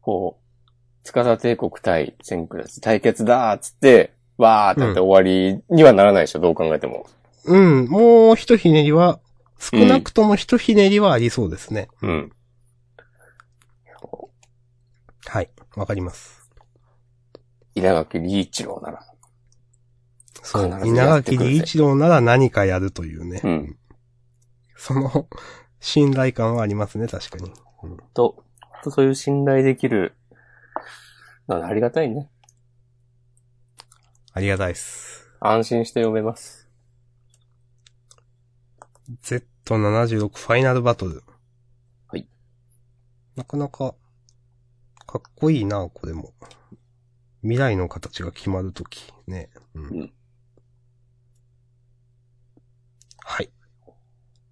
A: こう、司帝国対センクラス対決だーっつって、わーってなって終わりにはならないでしょ、どう考えても。
B: うん、もう一ひねりは、少なくとも一ひねりはありそうですね。
A: うん。
B: はい、わかります。
A: 稲垣理一郎なら。
B: そう
A: 必、ず
B: 稲
A: やってく
B: 垣
A: ださい
B: 理一郎なら何かやるというね。
A: うん。
B: その、信頼感はありますね、確かに。
A: と、とそういう信頼できる、なんかありがたいね。
B: ありがたいっす。
A: 安心して読めます。
B: Z76 ファイナルバトル。
A: はい。
B: なかなか、かっこいいな、これも。未来の形が決まるとき、ね。うん
A: うん
B: はい。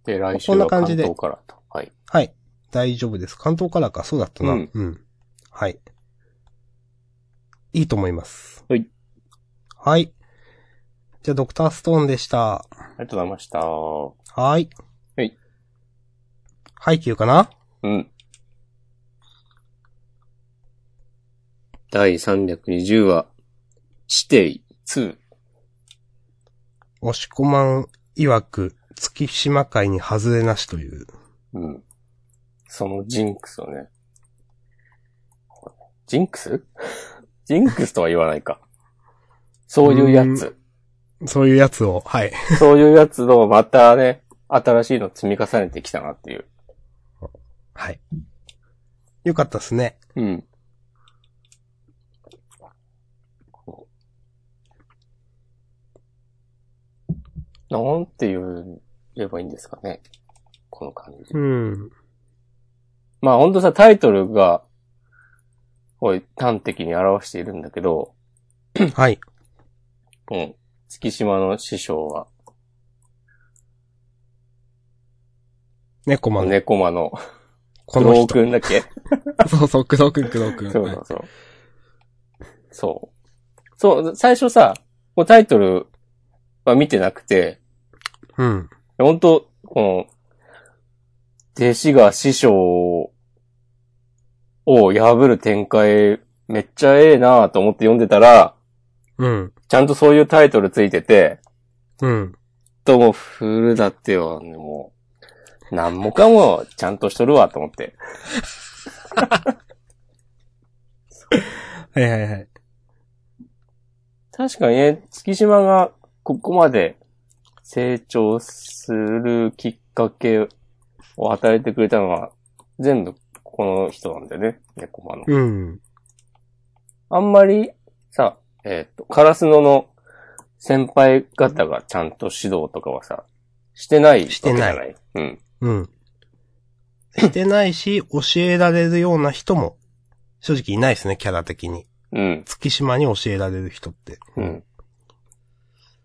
A: で、来週
B: こんな
A: は
B: 感
A: 関
B: じで
A: 東からと。はい。
B: はい。大丈夫です。関東からか。そうだったな。
A: う
B: うんん。はい。いいと思います。
A: はい。
B: はい。じゃあ、ドクターストーンでした。
A: ありがとうございました。
B: はい。
A: はい。
B: 配給かな
A: うん。第320話、指定2。
B: 押し込まん曰く、月島会に外れなしという。
A: うん。そのジンクスをね。ジンクス ジンクスとは言わないか。そういうやつ。
B: そういうやつを、はい。
A: そういうやつのまたね、新しいの積み重ねてきたなっていう。
B: はい。よかったですね。
A: うん。なんて言えばいいんですかね。この感じ。
B: うん。
A: まあほんとさ、タイトルが、こう端的に表しているんだけど、
B: はい。
A: うん。月島の師匠は、
B: 猫まん、
A: 猫魔の、
B: こ
A: 黒
B: の
A: 尾
B: 人。
A: くんだっけ
B: そうそう、黒くん、黒くん。
A: そう
B: は
A: そ
B: いう
A: そう。そう。そう、最初さ、こうタイトルは見てなくて、
B: うん。
A: 本当この、弟子が師匠を破る展開、めっちゃええなぁと思って読んでたら、
B: うん。
A: ちゃんとそういうタイトルついてて、
B: うん。
A: ともう古だってよ、もう、なんもかもちゃんとしとるわと思って。
B: はいはいはい。
A: 確かにね、月島がここまで成長するきっかけを与えてくれたのは、全部この人なんだよね、猫マの。
B: うん。
A: あんまり、さ、えっ、と、カラスノの先輩方がちゃんと指導とかはさ、してないわけじゃない。
B: して
A: う
B: な
A: ん。
B: うん。してないし、教えられるような人も、正直いないですね、キャラ的に。
A: うん。
B: 月島に教えられる人って。
A: うん。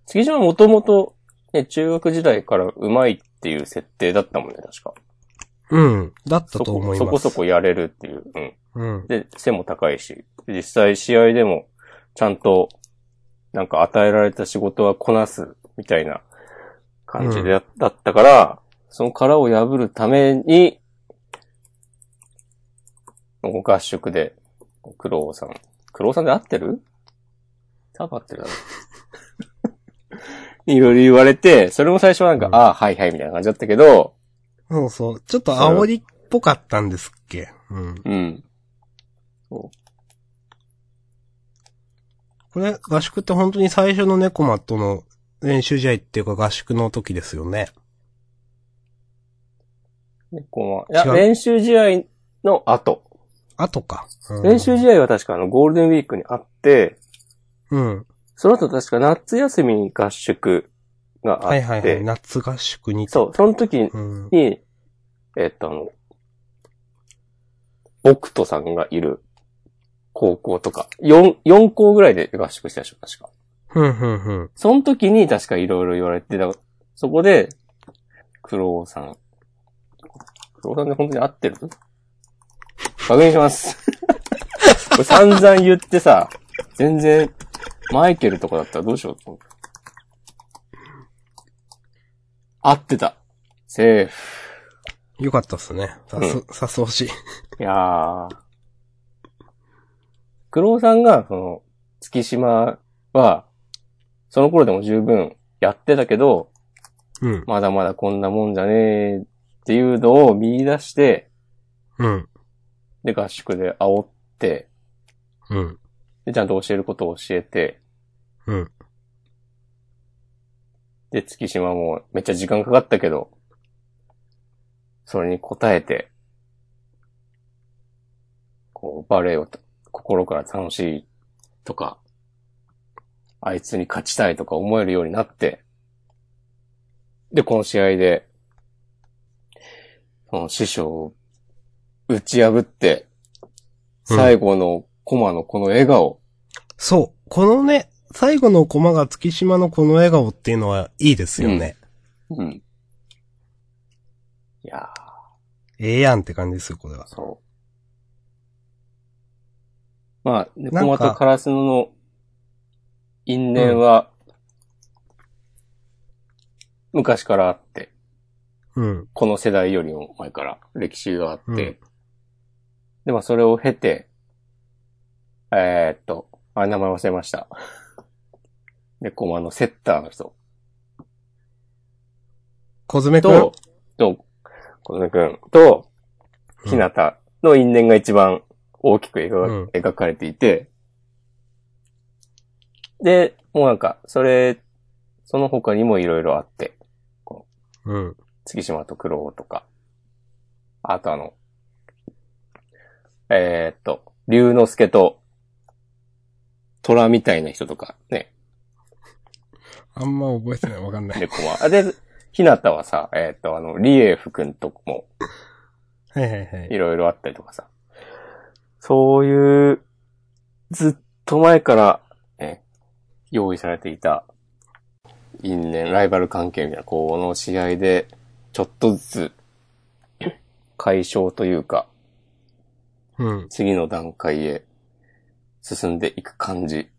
A: 月島もともと、ね、中学時代から上手いっていう設定だったもんね、確か。
B: うん。だった
A: そ
B: と思
A: こ
B: います。
A: そこそこやれるっていう。うん。
B: うん。
A: で、背も高いし、実際試合でも、ちゃんと、なんか与えられた仕事はこなす、みたいな感じでや、だったから、その殻を破るために、ご合宿で、クロウさん。クロウさんで合ってる多分合ってるだろう。いろいろ言われて、それも最初はなんか、
B: うん
A: ああ、はいはい、みたいな感じだったけど、
B: そうそう。ちょっと煽りっぽかったんですっけ。うん。
A: うん。
B: これ、合宿って本当に最初の猫マットの練習試合っていうか合宿の時ですよね。
A: でこういや、
B: 違う
A: 練習試合の後。
B: 後か。うん
A: 練習試合は確かあのゴールデンウィークにあって、
B: うん。
A: その後確か夏休みに合宿があって、
B: はいはいはい。夏合宿に。
A: そう、その時
B: うん。
A: に、えっと、あの、僕とさんがいる高校とか、4、四校ぐらいで合宿したでしょ、確か。
B: ふんふんふん。
A: その時に確かいろいろ言われて、だからそこで、黒尾さん。黒尾さんで本当に合ってる確認します。これ散々言ってさ、全然、マイケルとかだったらどうしようと思って。合ってた。セーフ。
B: よかったっすね。さす、さすほしい。
A: いやー。黒尾さんが、その、月島は、その頃でも十分やってたけど、
B: うん。
A: まだまだこんなもんじゃねえっていうのを見出して、
B: うん。
A: で、合宿で煽って、
B: うん。
A: で、ちゃんと教えることを教えて、
B: うん。
A: で、月島もめっちゃ時間かかったけど、それに応えて、こう、バレエをと心から楽しいとか、あいつに勝ちたいとか思えるようになって、で、この試合で、その師匠を打ち破って、
B: うん
A: 最後のコマのこの笑顔、
B: そう。このね、最後のコマが月島のこの笑顔っていうのはいいですよね。
A: うん。いやー、
B: ええやんって感じですよ、これは。
A: そう。まあ、
B: か
A: 猫又カラスノの因縁は、昔からあって、
B: うん。
A: この世代よりも前から歴史があって、
B: うん
A: で、まあそれを経て、えー、っと、あ、名前忘れました。 猫間のセッターの人。
B: 小爪くん
A: と。、 と、小爪くんと、ひなたの因縁が一番大きく描か,、
B: うん
A: 描かれていて、で、もうなんか、それ、その他にもいろいろあって、
B: うん。
A: 月島と黒尾とか、あとあの、えーっと、龍之介と、虎みたいな人とか、ね、
B: あんま覚えてない。わかんな。
A: 猫は。あで、ひなたはさ、えーっと、あの、リエフくんとも
B: はいはいはい。
A: いろいろあったりとかさ。そういう、ずっと前から、ね、用意されていた、因縁、ライバル関係みたいな、この試合で、ちょっとずつ、解消というか、
B: うん。
A: 次の段階へ進んでいく感じ。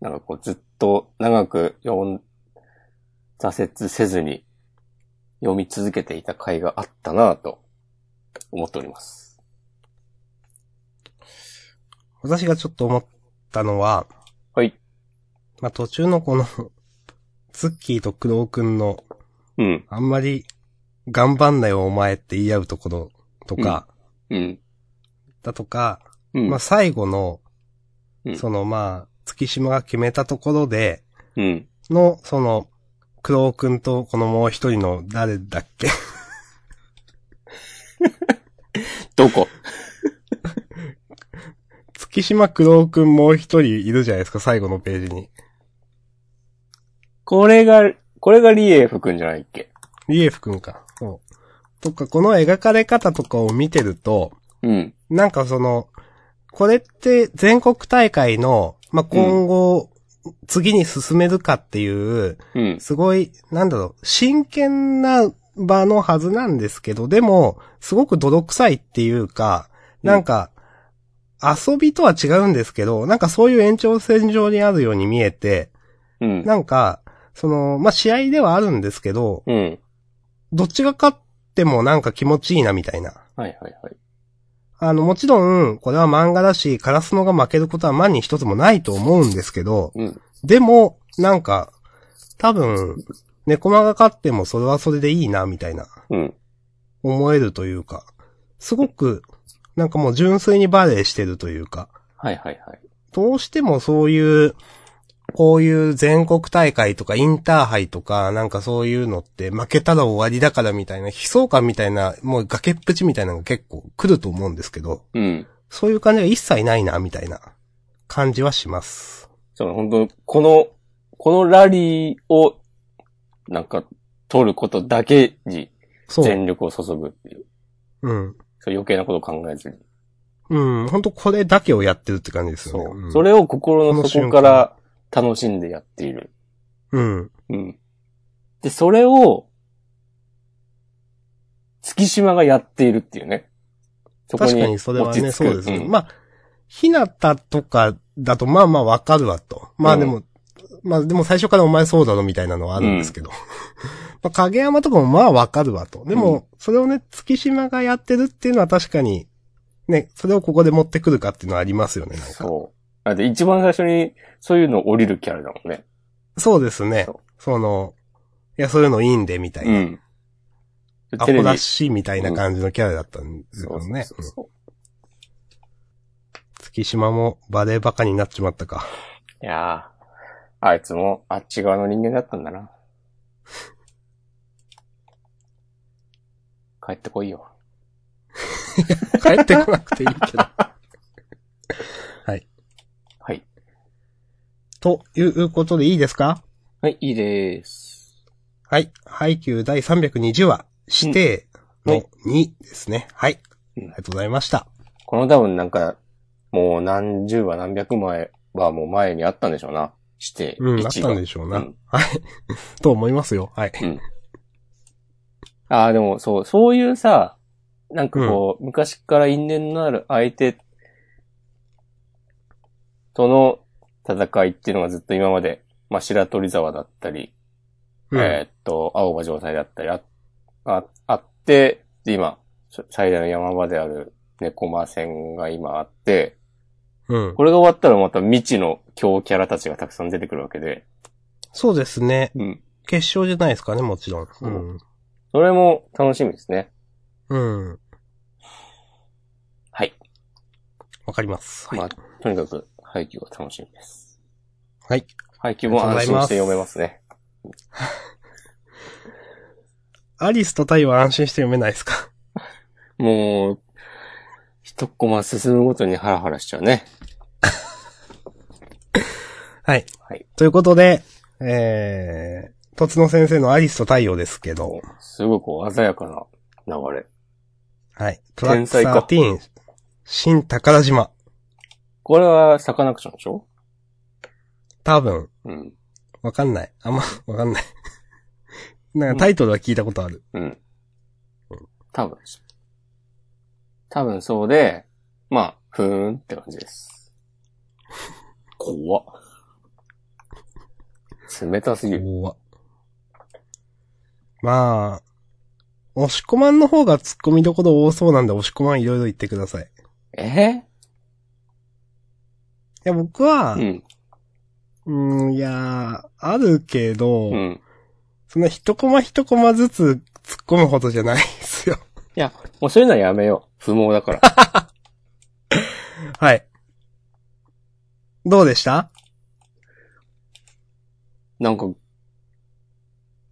A: なんかこうずっと長く読ん、挫折せずに読み続けていた回があったなぁと思っております。
B: 私がちょっと思ったのは、
A: はい。
B: まあ、途中のこの、 ツッキーと工藤くんの、
A: うん。
B: あんまり、頑張んなよお前って言い合うところとか、
A: うん。
B: だとか、
A: うん。
B: まあ、最後の、
A: うん
B: そのまあ、月島が決めたところで、
A: うん。
B: の、その、黒尾くんとこのもう一人の誰だっけ
A: どこ
B: 月島黒尾くんもう一人いるじゃないですか、最後のページに。
A: これが、これがリエフくんじゃないっけ
B: リエフくんか。そう。とか、この描かれ方とかを見てると、
A: うん。
B: なんかその、これって全国大会の、まあ、今後、次に進めるかっていう、
A: うん。
B: すごい、なんだろう、真剣な場のはずなんですけど、でも、すごく泥臭いっていうか、なんか、遊びとは違うんですけど、なんかそういう延長線上にあるように見えて、
A: うん。
B: なんか、その、まあ、試合ではあるんですけど、
A: うん。
B: どっちが勝ってもなんか気持ちいいなみたいな。
A: はいはいはい。
B: あの、もちろん、これは漫画だし、カラスノが負けることは万に一つもないと思うんですけど、
A: うん。
B: でも、なんか、多分、猫間が勝ってもそれはそれでいいな、みたいな、
A: うん。
B: 思えるというか、すごく、なんかもう純粋にバレーしてるというか、
A: はいはいはい。
B: どうしてもそういう、こういう全国大会とかインターハイとか、なんかそういうのって負けたら終わりだからみたいな、悲壮感みたいな、もう崖っぷちみたいなのが結構来ると思うんですけど、
A: うん。
B: そういう感じが一切ないな、みたいな感じはします。
A: そう、本当この、このラリーをなんか、取ることだけに
B: そう。
A: 全力を注ぐっていう。
B: うん。
A: そう余計なことを考えずに。
B: うん。本当これだけをやってるって感じですよ
A: そ
B: ね。
A: う。
B: ん
A: そ。れを心の底から楽しんでやっている。
B: うん。
A: うん。で、それを、月島がやっているっていうね。そ
B: 確かにそれはね、
A: 落ち着く
B: そうですね。
A: ん
B: まあ、ひなたとかだと、まあまあわかるわと。まあでも、まあでも最初からお前そうだろみたいなのはあるんですけど。 まあ影山とかもまあわかるわと。で
A: う
B: も、それをね、月島がやってるっていうのは確かに、ね、それをここで持ってくるかっていうのはありますよね、なんか。
A: そう。だって一番最初にそういうの降りるキャラだもんね。
B: そうですね
A: そう。
B: その、いや、そういうのいいんで、みたいうな。
A: ん。
B: アホらしいみたいな感じのキャラだったんです
A: そ
B: よ
A: うそう
B: ね。
A: そうそう。
B: うん月島もバレーバカになっちまっ たか。
A: いやーあいつもあっち側の人間だったんだな。帰ってこいよ。
B: 帰ってこなくていいけど。
A: はい。
B: ということでいいですか
A: はい、いいです。
B: はい。配給第320話、指定の2ですね。はい。あ
A: うん
B: りがとうございました。
A: この多分なんか、もう何十話何百枚はもう前にあったんでしょうな。して、
B: うん、あっ
A: 一
B: た
A: が
B: んでしょうな。
A: うん
B: はい。と思いますよ。はい。
A: ああ、でもそう、そういうさ、なんかこう、昔から因縁のある相手との戦いっていうのがずっと今まで、まあ、白鳥沢だったり、
B: うん
A: えーっと、青葉城西だったりあ、ああって、で今、最大の山場である猫間戦が今あって、
B: うん。
A: これが終わったらまた未知の強キャラたちがたくさん出てくるわけで、
B: そうですね。
A: うん。
B: 決勝じゃないですかね、もちろん。う。
A: うんそれも楽しみですね。
B: うん。
A: はい。
B: わかります。はい。
A: まあ、とにかく、配給は楽しみです。
B: はい。
A: 配給も安心して読めますね。
B: アリスとタイは安心して読めないですか
A: もう、一コマ進むごとにハラハラしちゃうね。
B: はい。
A: はい。
B: ということで、えー、とつの先生のアリスと太陽ですけど、
A: すごいこう、鮮やかな流れ。
B: はい。トラッ
A: 天
B: ク
A: 才か
B: 13、新宝島。
A: これは、サカナクションでしょ
B: 多分、
A: うん。
B: わかんない。あんま、 わかんない。なんかタイトルは聞いたことある。
A: うん。多分です。多分そうで、まあ、ふーんって感じです。怖っ。冷たすぎる。
B: うわまあ、押し込まんの方が突っ込みどころ多そうなんで押し込まんいろいろ言ってください。い
A: え
B: や、僕は、
A: うん。
B: うん、ん、いやー、あるけど、
A: うん。
B: そんな一コマ一コマずつ突っ込むほどじゃないですよ。
A: いや、もうそういうのはやめよう。不毛だから。
B: はい。どうでした
A: なんか、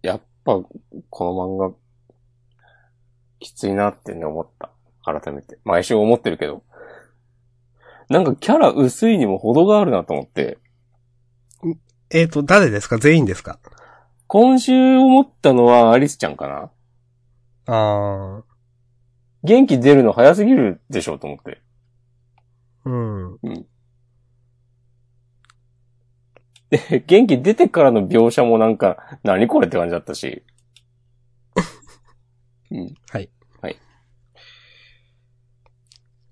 A: やっぱ、この漫画、きついなってね、思った。改めて。毎週思ってるけど。なんかキャラ薄いにも程があるなと思って、
B: えっ、と、誰ですか全員ですか
A: 今週思ったのはアリスちゃんかな
B: あ
A: 元気出るの早すぎるでしょうと思って。
B: ー、うん。
A: で、元気出てからの描写もなんか、何これって感じだったし。うん。
B: はい。
A: はい。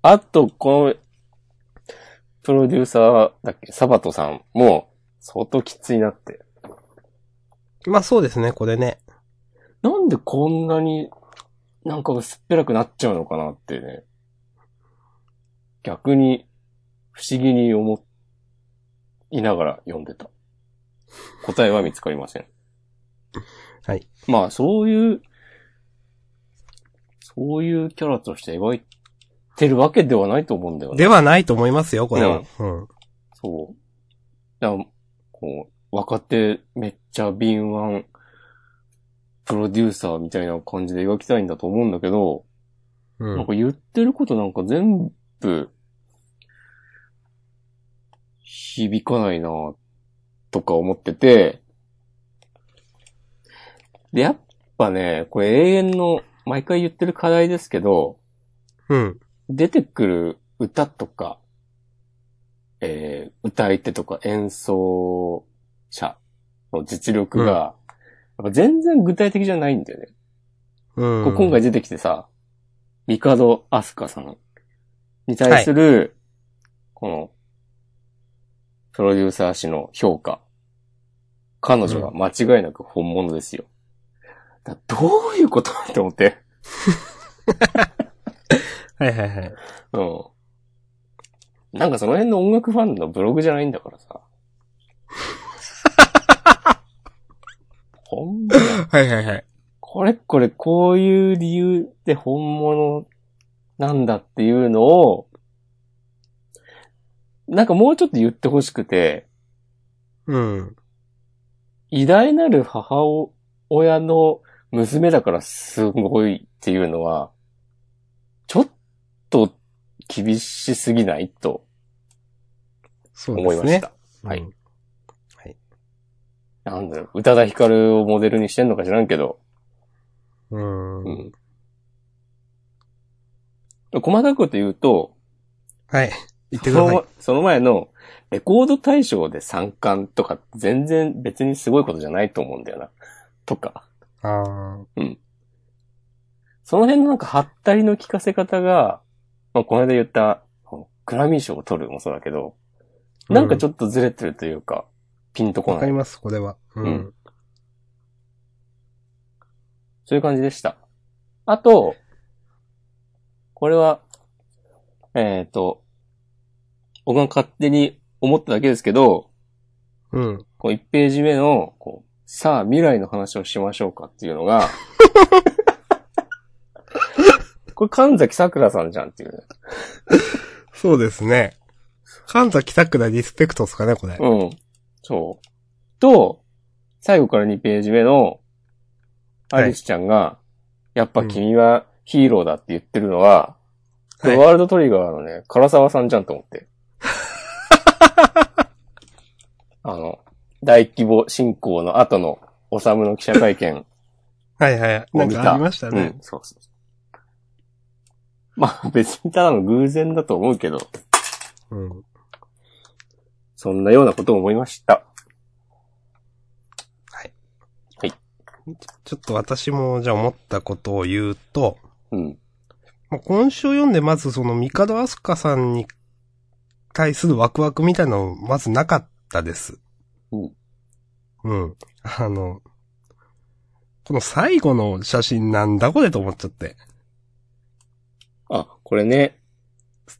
A: あと、この、プロデューサーだっけ、サバトさんも、相当きついなって。
B: まあそうですね、これね。
A: なんでこんなに、なんか薄っぺらくなっちゃうのかなってね。逆に、不思議に思いながら読んでた。答えは見つかりません。
B: はい。
A: まあ、そういう、そういうキャラとして描いてるわけではないと思うんだよね。
B: ではないと思いますよ、これは。うん。
A: そう。だからこう、若手めっちゃ敏腕、プロデューサーみたいな感じで描きたいんだと思うんだけど、
B: う
A: なん
B: ん。
A: か言ってることなんか全部、響かないなとか思ってて、で、やっぱね、これ永遠の、毎回言ってる課題ですけど、
B: うん。
A: 出てくる歌とか、えー、歌い手とか演奏者の実力が、やっぱ全然具体的じゃないんだよね。
B: うん。
A: こう今回出てきてさ、ミカド・アスカさんに対する、この、プロデューサー氏の評価。彼女が間違いなく本物ですよ。だどういうこと って思って。
B: はいはいはい。
A: うん。なんかその辺の音楽ファンのブログじゃないんだからさ。本物
B: はいはいはい。
A: これこれこういう理由で本物なんだっていうのを、なんかもうちょっと言ってほしくて、
B: うん。
A: 偉大なる母親の娘だからすごいっていうのは、ちょっと厳しすぎないと
B: そう
A: 思
B: で
A: い
B: す
A: まし
B: ね。
A: た。はい
B: うん。
A: なんだろう、宇多田ヒカルをモデルにしてんのか知らんけど、
B: うん。
A: うん。細かくと言うと、
B: はい。言って
A: そ
B: くだ
A: の
B: さい。
A: その前の、レコード大賞で3冠とか、全然別にすごいことじゃないと思うんだよな。とか。
B: ああ。
A: その辺のなんか、はったりの聞かせ方が、まあ、この間言った、グラミー賞を取るもそうだけど、なんかち
B: ょっ
A: ょっとずれてるというか、ピンとこ
B: わか
A: な
B: り
A: い。
B: ます、これは。う
A: うん
B: ん。
A: そういう感じでした。あと、これは、えっ、と、僕が勝手に思っただけですけど、
B: うん。
A: こう、1ページ目の、こう、さあ未来の話をしましょうかっていうのが、これ神崎桜さんじゃんっていうね。
B: そうですね。神崎桜リスペクトですかね、これ。
A: うん。そう。と、最後から2ページ目の、ア
B: はい
A: リスちゃんが、やっぱ君はヒーローだって言ってるのは、これ
B: はい
A: ワールドトリガーのね、唐沢さんじゃんと思 って。あの、大規模進行の後の、おさむの記者会 見、
B: はいはい。なんかありましたね。
A: うん、そうそうそう。 まあ別にただの偶然だと思うけど、
B: うん。
A: そんなようなことを思いました。
B: ちょっと私も、じゃあ思ったことを言うと、
A: うん。
B: まあ、今週読んでまずその、ミカドアスカさんに対するワクワクみたいなの、まずなかったです。
A: うん。
B: うん。あの、この最後の写真なんだこれと思っちゃって。
A: あ、これね。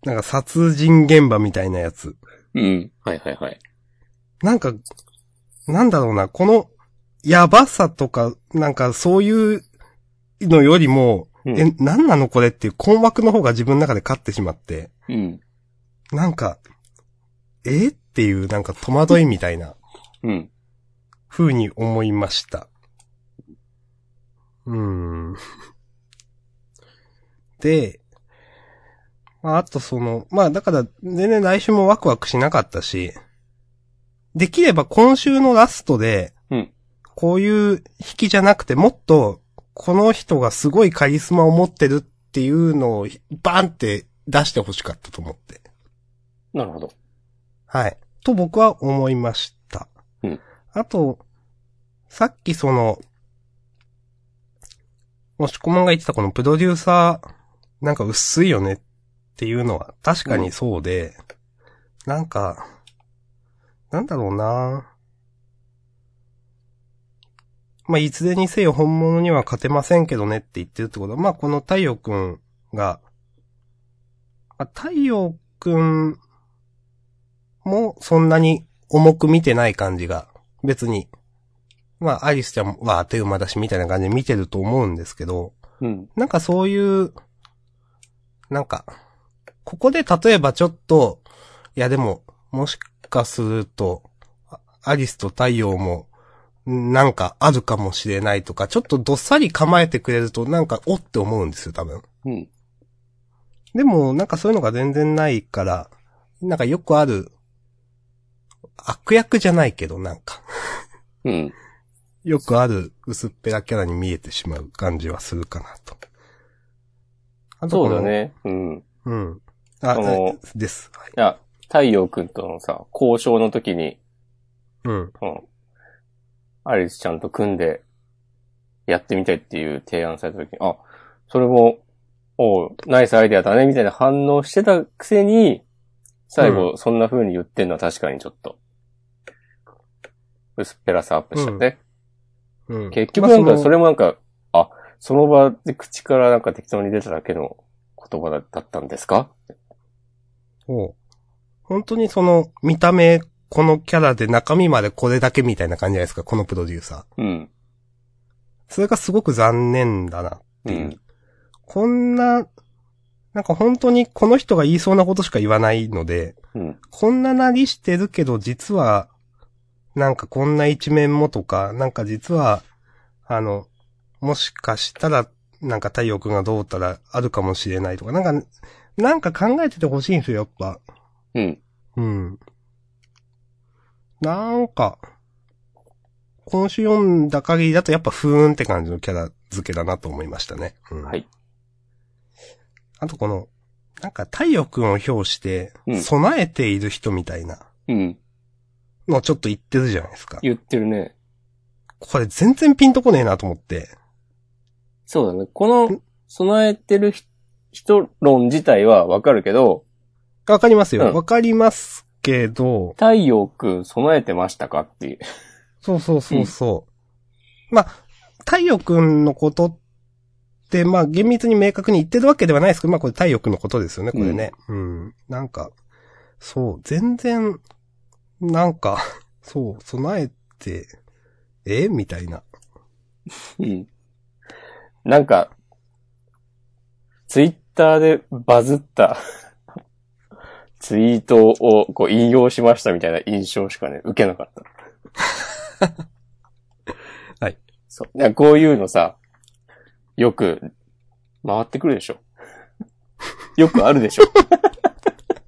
B: なんか殺人現場みたいなやつ。
A: うん。はいはいはい。
B: なんか、なんだろうな、この、やばさとか、なんかそういうのよりも、
A: うん
B: え、なんなのこれっていう困惑の方が自分の中で勝ってしまって、
A: うん。
B: なんか、えっていう、なんか戸惑いみたいな
A: うん。
B: 風に思いました。うーん。 で、まあ、あとその、まあ、だから、全然来週もワクワクしなかったし、できれば今週のラストで、
A: うん
B: こういう引きじゃなくて、もっと、この人がすごいカリスマを持ってるっていうのを、バンって出してほしかったと思って。
A: なるほど。
B: はい。と僕は思いました。
A: うん
B: あと、さっきその、もしこまんが言ってたこのプロデューサー、なんか薄いよねっていうのは確かにそうで、なんか、なんだろうなまあ、いずれにせよ本物には勝てませんけどねって言ってるってことは、まあ、この太陽くんが、あ太陽くんもそんなに重く見てない感じが、別に、まあ、アリスちゃんはあっという間だし、みたいな感じで見てると思うんですけど、
A: うん。
B: なんかそういう、なんか、ここで例えばちょっと、いやでも、もしかすると、あアリスと太陽も、なんかあるかもしれないとか、ちょっとどっさり構えてくれると、なんか、おって思うんですよ、多分。
A: うん。
B: でも、なんかそういうのが全然ないから、なんかよくある、悪役じゃないけど、なんか、
A: うん。
B: よくある薄っぺらキャラに見えてしまう感じはするかなと。あと
A: そ
B: こ
A: う
B: の
A: だ。ね。うん。い
B: うん。あ、
A: この
B: です。はい。
A: や、太陽くんとのさ、交渉の時に、
B: うん。
A: うん。アリスちゃんと組んで、やってみたいっていう提案された時に、あ、それも、おうナイスアイデアだね、みたいな反応してたくせに、最後、そんな風に言ってんのは確かにちょっと、薄っぺらさアップしたね。
B: うん。
A: 結局なん
B: まあ
A: か、それもなんか、あ、その場で口からなんか適当に出ただけの言葉だだったんですか
B: そう。本当にその、見た目、このキャラで中身までこれだけみたいな感じじゃないですか、このプロデューサ
A: うん。
B: ー。それがすごく残念だな。
A: うん。
B: こんな、なんか本当にこの人が言いそうなことしか言わないので、
A: うん。
B: こんななりしてるけど、実は、なんかこんな一面もとか、なんか実は、あの、もしかしたら、なんか太陽くんがどうたらあるかもしれないとか、なんか、なんか考えててほしいんですよ、やっぱ。
A: うん。
B: うん。なんか、今週読んだ限りだとやっぱふーんって感じのキャラ付けだなと思いましたね。うん、
A: はい。
B: あとこの、なんか太陽くんを表して
A: う、ん
B: 備えている人みたいな
A: うん。
B: のをちょっと言ってるじゃないですか。
A: 言ってるね。
B: これ全然ピンとこねえなと思って。
A: そうだね。この、備えてるひ人論自体はわかるけど、
B: わかりますよ。
A: う
B: わ
A: ん、
B: かりますけど、
A: 太陽くん備えてましたかっていう。
B: そうそうそうそう。まあ、太陽くんのことって、まあ厳密に明確に言ってるわけではないですけど、まあこれ太陽くんのことですよね、これね。うん。なんか、そう、全然、なんか、 そう、備えて、えみたいな。
A: うん。なんか、ツイッターでバズったツイートをこう引用しましたみたいな印象しかね、受けなかった。
B: はい。
A: そう。いやこういうのさ、よく回ってくるでしょ。よくあるでしょ。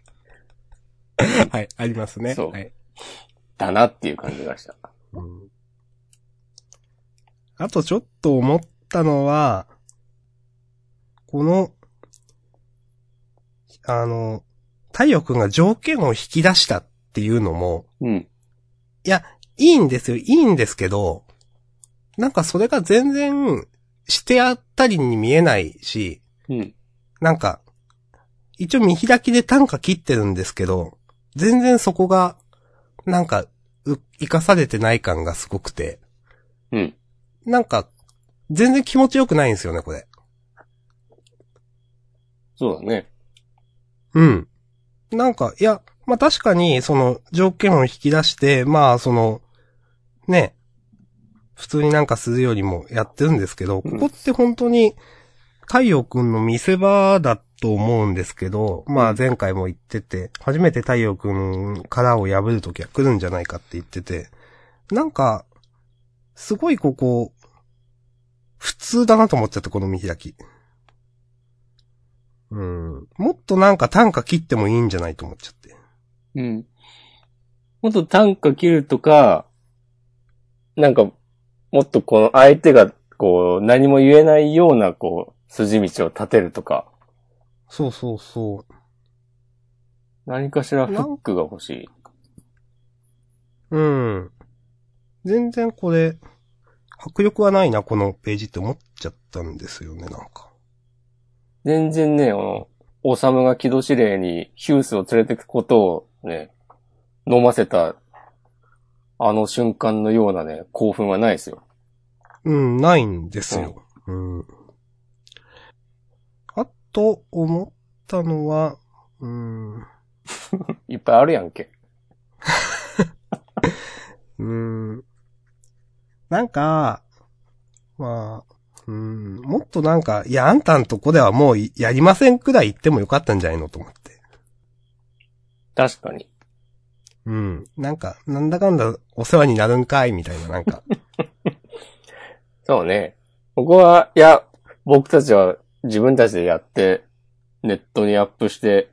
B: はい、ありますね。
A: そう
B: はい
A: だなっていう感じがした。
B: うんあとちょっと思ったのは、この、あの、太陽くんが条件を引き出したっていうのも、
A: うん。
B: いや、いいんですよ、いいんですけど、なんかそれが全然してあったりに見えないし、
A: うん。
B: なんか、一応見開きで短歌切ってるんですけど、全然そこが、なんか、う生かされてない感がすごくて、
A: うん。
B: なんか、全然気持ちよくないんですよね、これ。
A: そうだね。
B: うん。なんか、いや、まあ確かに、その、条件を引き出して、まあ、その、ね、普通になんかするよりもやってるんですけど、ここって本当に、太陽くんの見せ場だと思うんですけど、まあ前回も言ってて、初めて太陽くん殻を破るときは来るんじゃないかって言ってて、なんか、すごいここ、普通だなと思っちゃって、この見開き。うん。もっとなんか短歌切ってもいいんじゃないと思っちゃって。
A: うん。もっと短歌切るとか、なんか、もっとこの相手が、こう、何も言えないような、こう、筋道を立てるとか、
B: そうそうそ
A: 何かしらフックが欲しい。
B: う。うん。全然これ、迫力はないな、このページって思っちゃったんですよね、なんか。
A: 全然ね、あの、オサムが木戸指令にヒュースを連れてくことをね、飲ませた、あの瞬間のようなね、興奮はないですよ。
B: うん、ないんですよ。うん。あと、思ったのは、うん、
A: いっぱいあるやんけ。
B: うん。なんか、まあ、うん、もっとなんか、いや、あんたんとこではもういやりませんくらい言ってもよかったんじゃないのと思って。
A: 確かに。
B: うん。なんか、なんだかんだお世話になるんかい、みたいな、なんか。
A: そうね。ここは、いや、僕たちは自分たちでやって、ネットにアップして、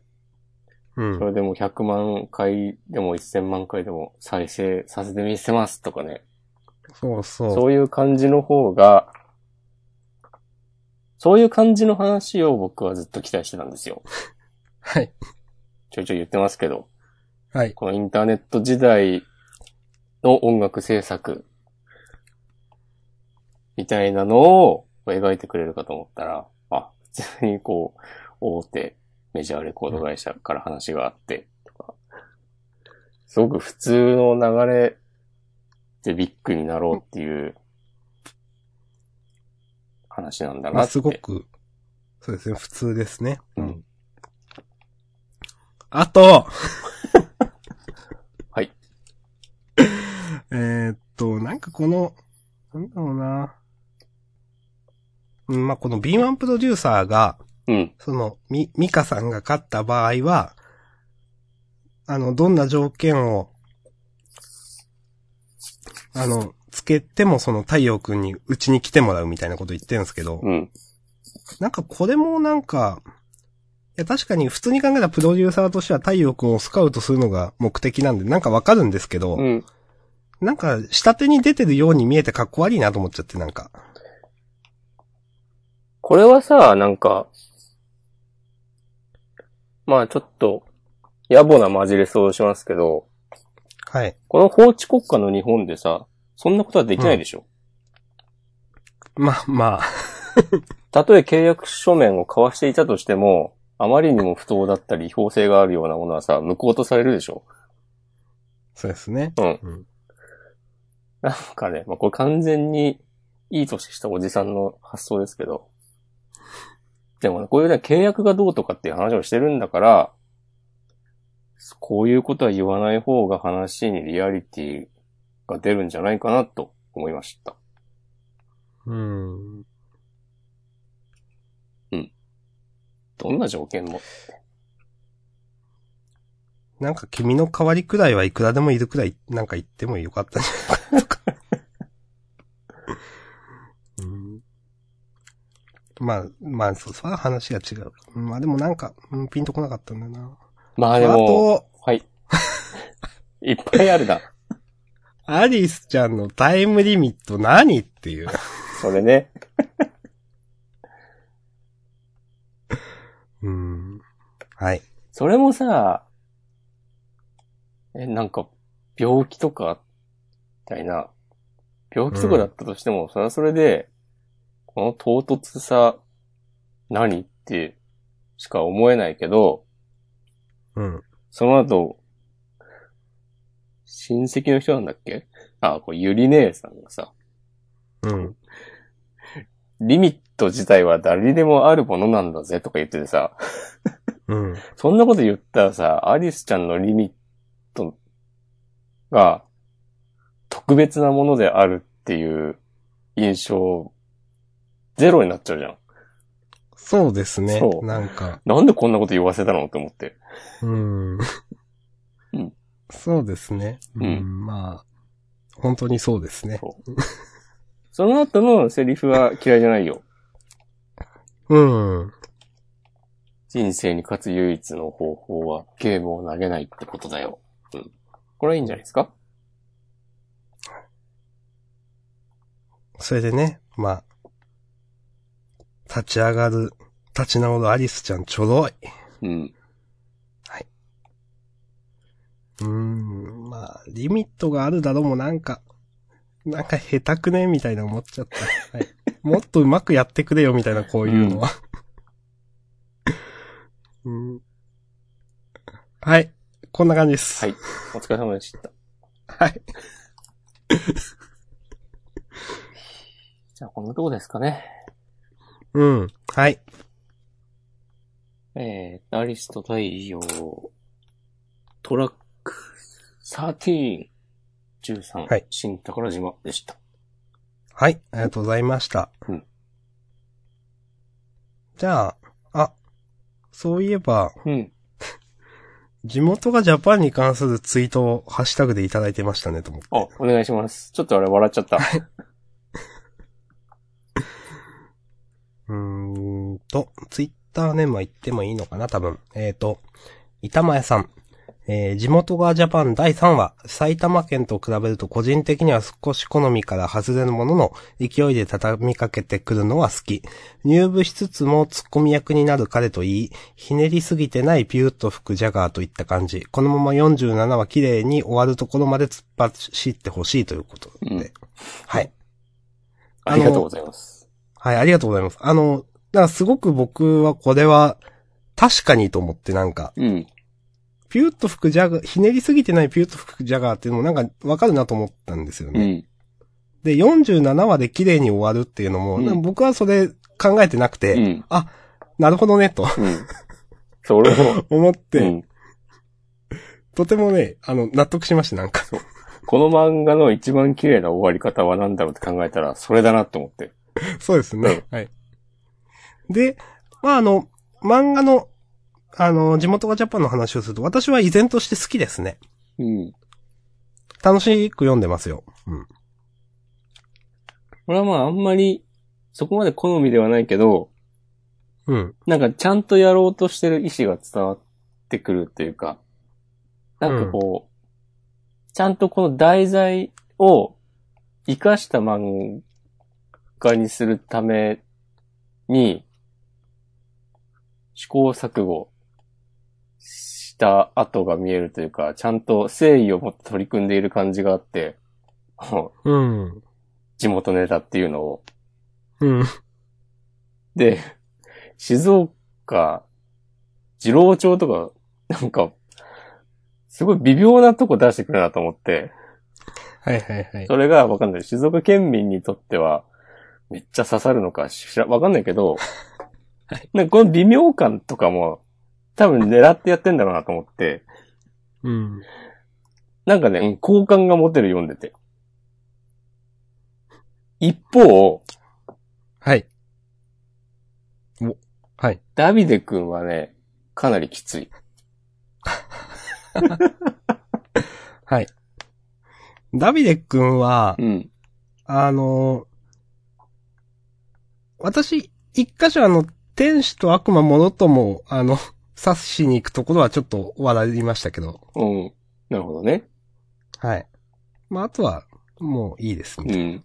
B: う
A: そ
B: ん。
A: れでも100万回でも1000万回でも再生させてみせますとかね。
B: そうそう。
A: そういう感じの方が、そういう感じの話を僕はずっと期待してたんですよ。
B: はい。
A: ちょいちょい言ってますけど。
B: はい。
A: このインターネット時代の音楽制作みたいなのを描いてくれるかと思ったら、あ、普通にこう、大手メジャーレコード会社から話があって、とか、すごく普通の流れでビッグになろうっていう話なんだ
B: ま
A: な
B: あ、
A: って。
B: すごく、そうですね、普通ですね。
A: うん。
B: あと
A: はい。
B: えーっと、なんかこの、なんだろうな。うんまあ、この B1 プロデューサーが、
A: うん。
B: その、み、ミカさんが勝った場合は、あの、どんな条件を、あの、つけてもその太陽くんにうちに来てもらうみたいなこと言ってるんですけど、
A: うん。
B: なんかこれもなんか、いや確かに普通に考えたらプロデューサーとしては太陽君をスカウトするのが目的なんでなんかわかるんですけど、
A: うん。
B: なんか下手に出てるように見えてかっこ悪いなと思っちゃってなんか。
A: これはさ、なんか、まあちょっと、野暮なマジレスをしますけど、
B: はい。
A: この法治国家の日本でさ、そんなことはできないでしょ。
B: まあまあ、
A: たとえ契約書面を交わしていたとしても、あまりにも不当だったり、違法性があるようなものはさ、無効とされるでしょ。
B: そうですね。
A: うん。
B: うん
A: なんかね、まあこれ完全にいい年したおじさんの発想ですけど。でもね、こういうね、契約がどうとかっていう話をしてるんだから、こういうことは言わない方が話にリアリティが出るんじゃないかなと思いました。
B: うん。
A: どんな条件も。
B: なんか君の代わりくらいはいくらでもいるくらいなんか言ってもよかったんじゃないかな とか。うんまあ、まあ、そ、それは話が違う。まあでもなんか、うん、ピンとこなかったんだよな。
A: まあ
B: あ
A: でも、
B: と、
A: はい。いっぱいあるな。
B: アリスちゃんのタイムリミット何っていう。
A: それね。
B: うん。はい。
A: それもさ、え、なんか、病気とか、みたいな。病気とかだったとしても、それはそれで、この唐突さ、何って、しか思えないけど、
B: うん。
A: その後、親戚の人なんだっけあ、これゆり姉さんがさ、
B: うん。
A: リミット自体は誰にでもあるものなんだぜとか言っててさ、
B: うん。
A: そんなこと言ったらさ、アリスちゃんのリミットが特別なものであるっていう印象、ゼロになっちゃうじゃん。
B: そうですね。
A: そう
B: なんか、
A: なんでこんなこと言わせたのって思って。
B: うん。
A: うん
B: そうですね。うん。
A: うん
B: まあ、本当にそうですね。
A: その後のセリフは嫌いじゃないよ。
B: うん。
A: 人生に勝つ唯一の方法はゲームを投げないってことだよ。うん。これはいいんじゃないですか
B: それでね、まあ、立ち上がる、立ち直るアリスちゃんちょろい。
A: うん。
B: うん。まあ、リミットがあるだろうもなんか、なんか下手くねみたいな思っちゃった。 はい。もっとうまくやってくれよみたいな、こういうのは。うん、はい。こんな感じです。
A: はい。お疲れ様でした。
B: はい。
A: じゃあこんなとこですかね。
B: うん。はい。
A: えー、アリスと太陽、トラック13、13、
B: はい
A: 新宝島でした。
B: はい。ありがとうございました。
A: うん
B: じゃあ、あ、そういえば、
A: うん。
B: 地元がジャパンに関するツイートをハッシュタグでいただいてましたね、と思って。
A: あ、お願いします。ちょっとあれ笑っちゃった。
B: うーんと、ツイッターね、まあ、言ってもいいのかな、多分。えっ、と、板前さん。えー地元がジャパン第3話、埼玉県と比べると個人的には少し好みから外れるものの、勢いで畳みかけてくるのは好き。入部しつつも突っ込み役になる彼といい、ひねりすぎてないピューッと吹くジャガーといった感じ。このまま47話綺麗に終わるところまで突っ走ってほしいということで。
A: うん
B: はい。
A: ありがとうございます。
B: はい、ありがとうございます。あの、だからすごく僕はこれは、確かにと思ってなんか、
A: うん。
B: ピューッと吹くジャガー、ひねりすぎてないピューッと吹くジャガーっていうのもなんかわかるなと思ったんですよ
A: う
B: ね。
A: ん。
B: で、47話で綺麗に終わるっていうのも、
A: うん
B: なんか僕はそれ考えてなくて、
A: うん。
B: なるほどね、と
A: うん。そう、俺も、
B: 思って、
A: うん。
B: とてもね、あの、納得しました、なんか。
A: この漫画の一番綺麗な終わり方は何だろうって考えたら、それだなって思って。
B: そうですね。はい。で、まああの、漫画の、あの、地元がジャパンの話をすると、私は依然として好きですね。
A: うん。
B: 楽しく読んでますよ。うん。
A: 俺はまああんまり、そこまで好みではないけど、
B: うん。
A: なんかちゃんとやろうとしてる意思が伝わってくるというか、なんかこう、ちゃんとこの題材を活かした漫画にするために、試行錯誤した跡が見えるというか、ちゃんと誠意を持って取り組んでいる感じがあって、
B: うん。
A: 地元ネタっていうのを。
B: うん。
A: で、静岡、二郎町とか、なんか、すごい微妙なとこ出してくるなと思って、
B: はいはいはい。
A: それがわかんない。静岡県民にとっては、めっちゃ刺さるのかしら、わかんないけど、なんかこの微妙感とかも、多分狙ってやってんだろうなと思って、
B: うん。
A: なんかね、うん好感が持てる読んでて。一方、
B: はい。お、はい。
A: ダビデ君はね、かなりきつい。
B: はい。ダビデ君は
A: う、ん。
B: あの私、一箇所あの、天使と悪魔もろとも、あの、刺しに行くところはちょっと笑いましたけど。
A: うん。なるほどね。
B: はい。まあ、あとは、もういいです
A: う
B: ね。
A: ん。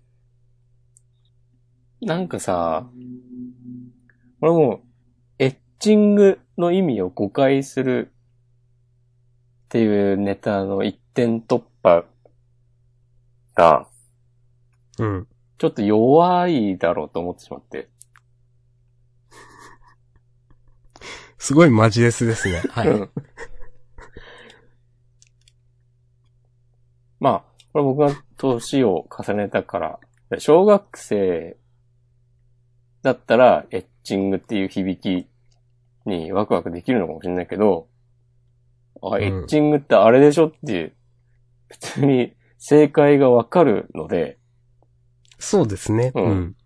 A: なんかさ、俺もう、エッチングの意味を誤解するっていうネタの一点突破が、
B: うん。
A: ちょっと弱いだろうと思ってしまって。
B: すごいマジレスですね。は
A: うん まあ、これ僕が年を重ねたから、小学生だったら、エッチングっていう響きにワクワクできるのかもしれないけど、あ、
B: ん
A: エッチングってあれでしょって、普通に正解がわかるので、
B: そうですね。
A: うん
B: うん。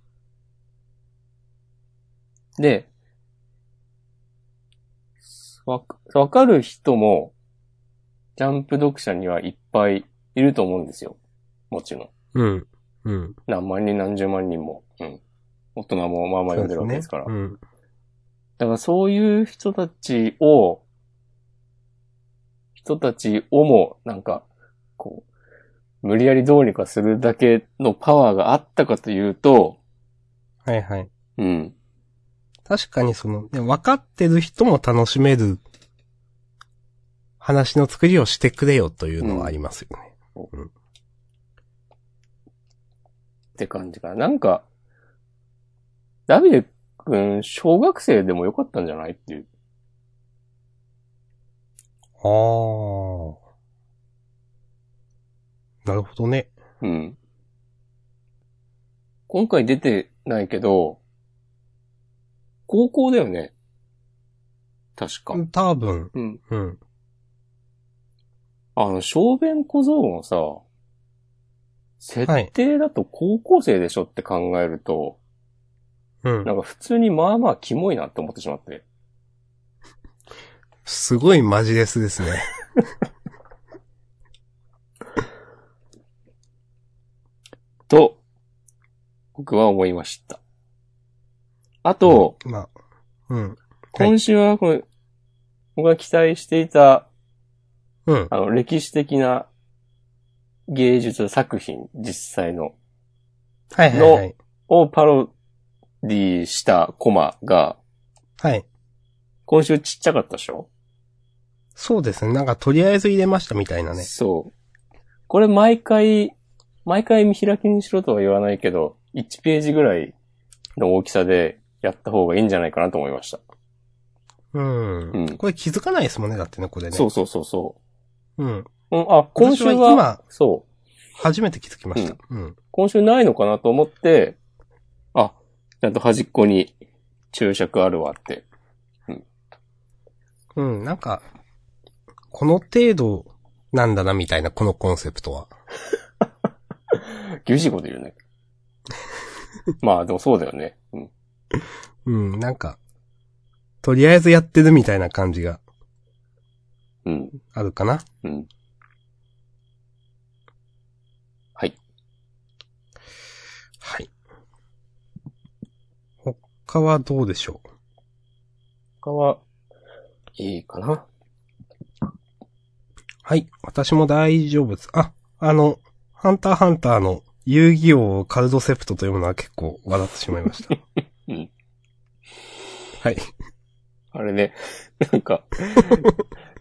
A: で、わか、わかる人も、ジャンプ読者にはいっぱいいると思うんですよ。もちろん。
B: うん。うん。
A: 何万人、何十万人も。うん。大人もまあまあ読んでるわけですから。
B: そうですね
A: だからそういう人たちを、人たちをも、なんか、こう、無理やりどうにかするだけのパワーがあったかというと、
B: うん。はいはい。
A: うん。
B: 確かにその、ね分かってる人も楽しめる話の作りをしてくれよというのはありますよね。
A: って感じかな。なんか、ダビデ君、小学生でもよかったんじゃないっていう。
B: ああ。なるほどね。
A: うん。今回出てないけど、高校だよね。確か。
B: 多分、
A: うん。
B: うん。
A: あの、小便小僧もさ、設定だと高校生でしょって考えると、
B: うん
A: な。んか普通にまあまあキモいなって思ってしまって。
B: すごいマジレスですね。
A: と、僕は思いました。あと、
B: まあ、うん。はい
A: 今週はこれ、僕が期待していた
B: うん。
A: あの、歴史的な芸術作品、実際の、
B: はいはいはい。
A: をパロディしたコマが、
B: はい。
A: 今週ちっちゃかったでしょ、
B: そうですね。なんかとりあえず入れましたみたいなね。
A: そう。これ毎回、毎回見開きにしろとは言わないけど、1ページぐらいの大きさでやった方がいいんじゃないかなと思いました。
B: うん。
A: うん
B: これ気づかないですもんね、だってね、これね。
A: そうそうそうそ
B: うん。
A: う。うん、あ、今週は、
B: 私は今
A: そう。
B: 初めて気づきました。うん。
A: 今週ないのかなと思って、あ、ちゃんと端っこに注釈あるわって。
B: うん、なんか、この程度なんだな、みたいな、このコンセプトは。
A: 厳しいこと言うね。まあでもそうだよね。うん。
B: うん、なんか、とりあえずやってるみたいな感じが
A: うん。
B: あるかな。
A: うん。はい。
B: はい。他はどうでしょう
A: 他は、いいかな。
B: はい。私も大丈夫です。あ、あの、ハンターハンターの遊戯王をカルドセプトというものは結構笑ってしまい ました。
A: うん。
B: はい。
A: あれね、なんか、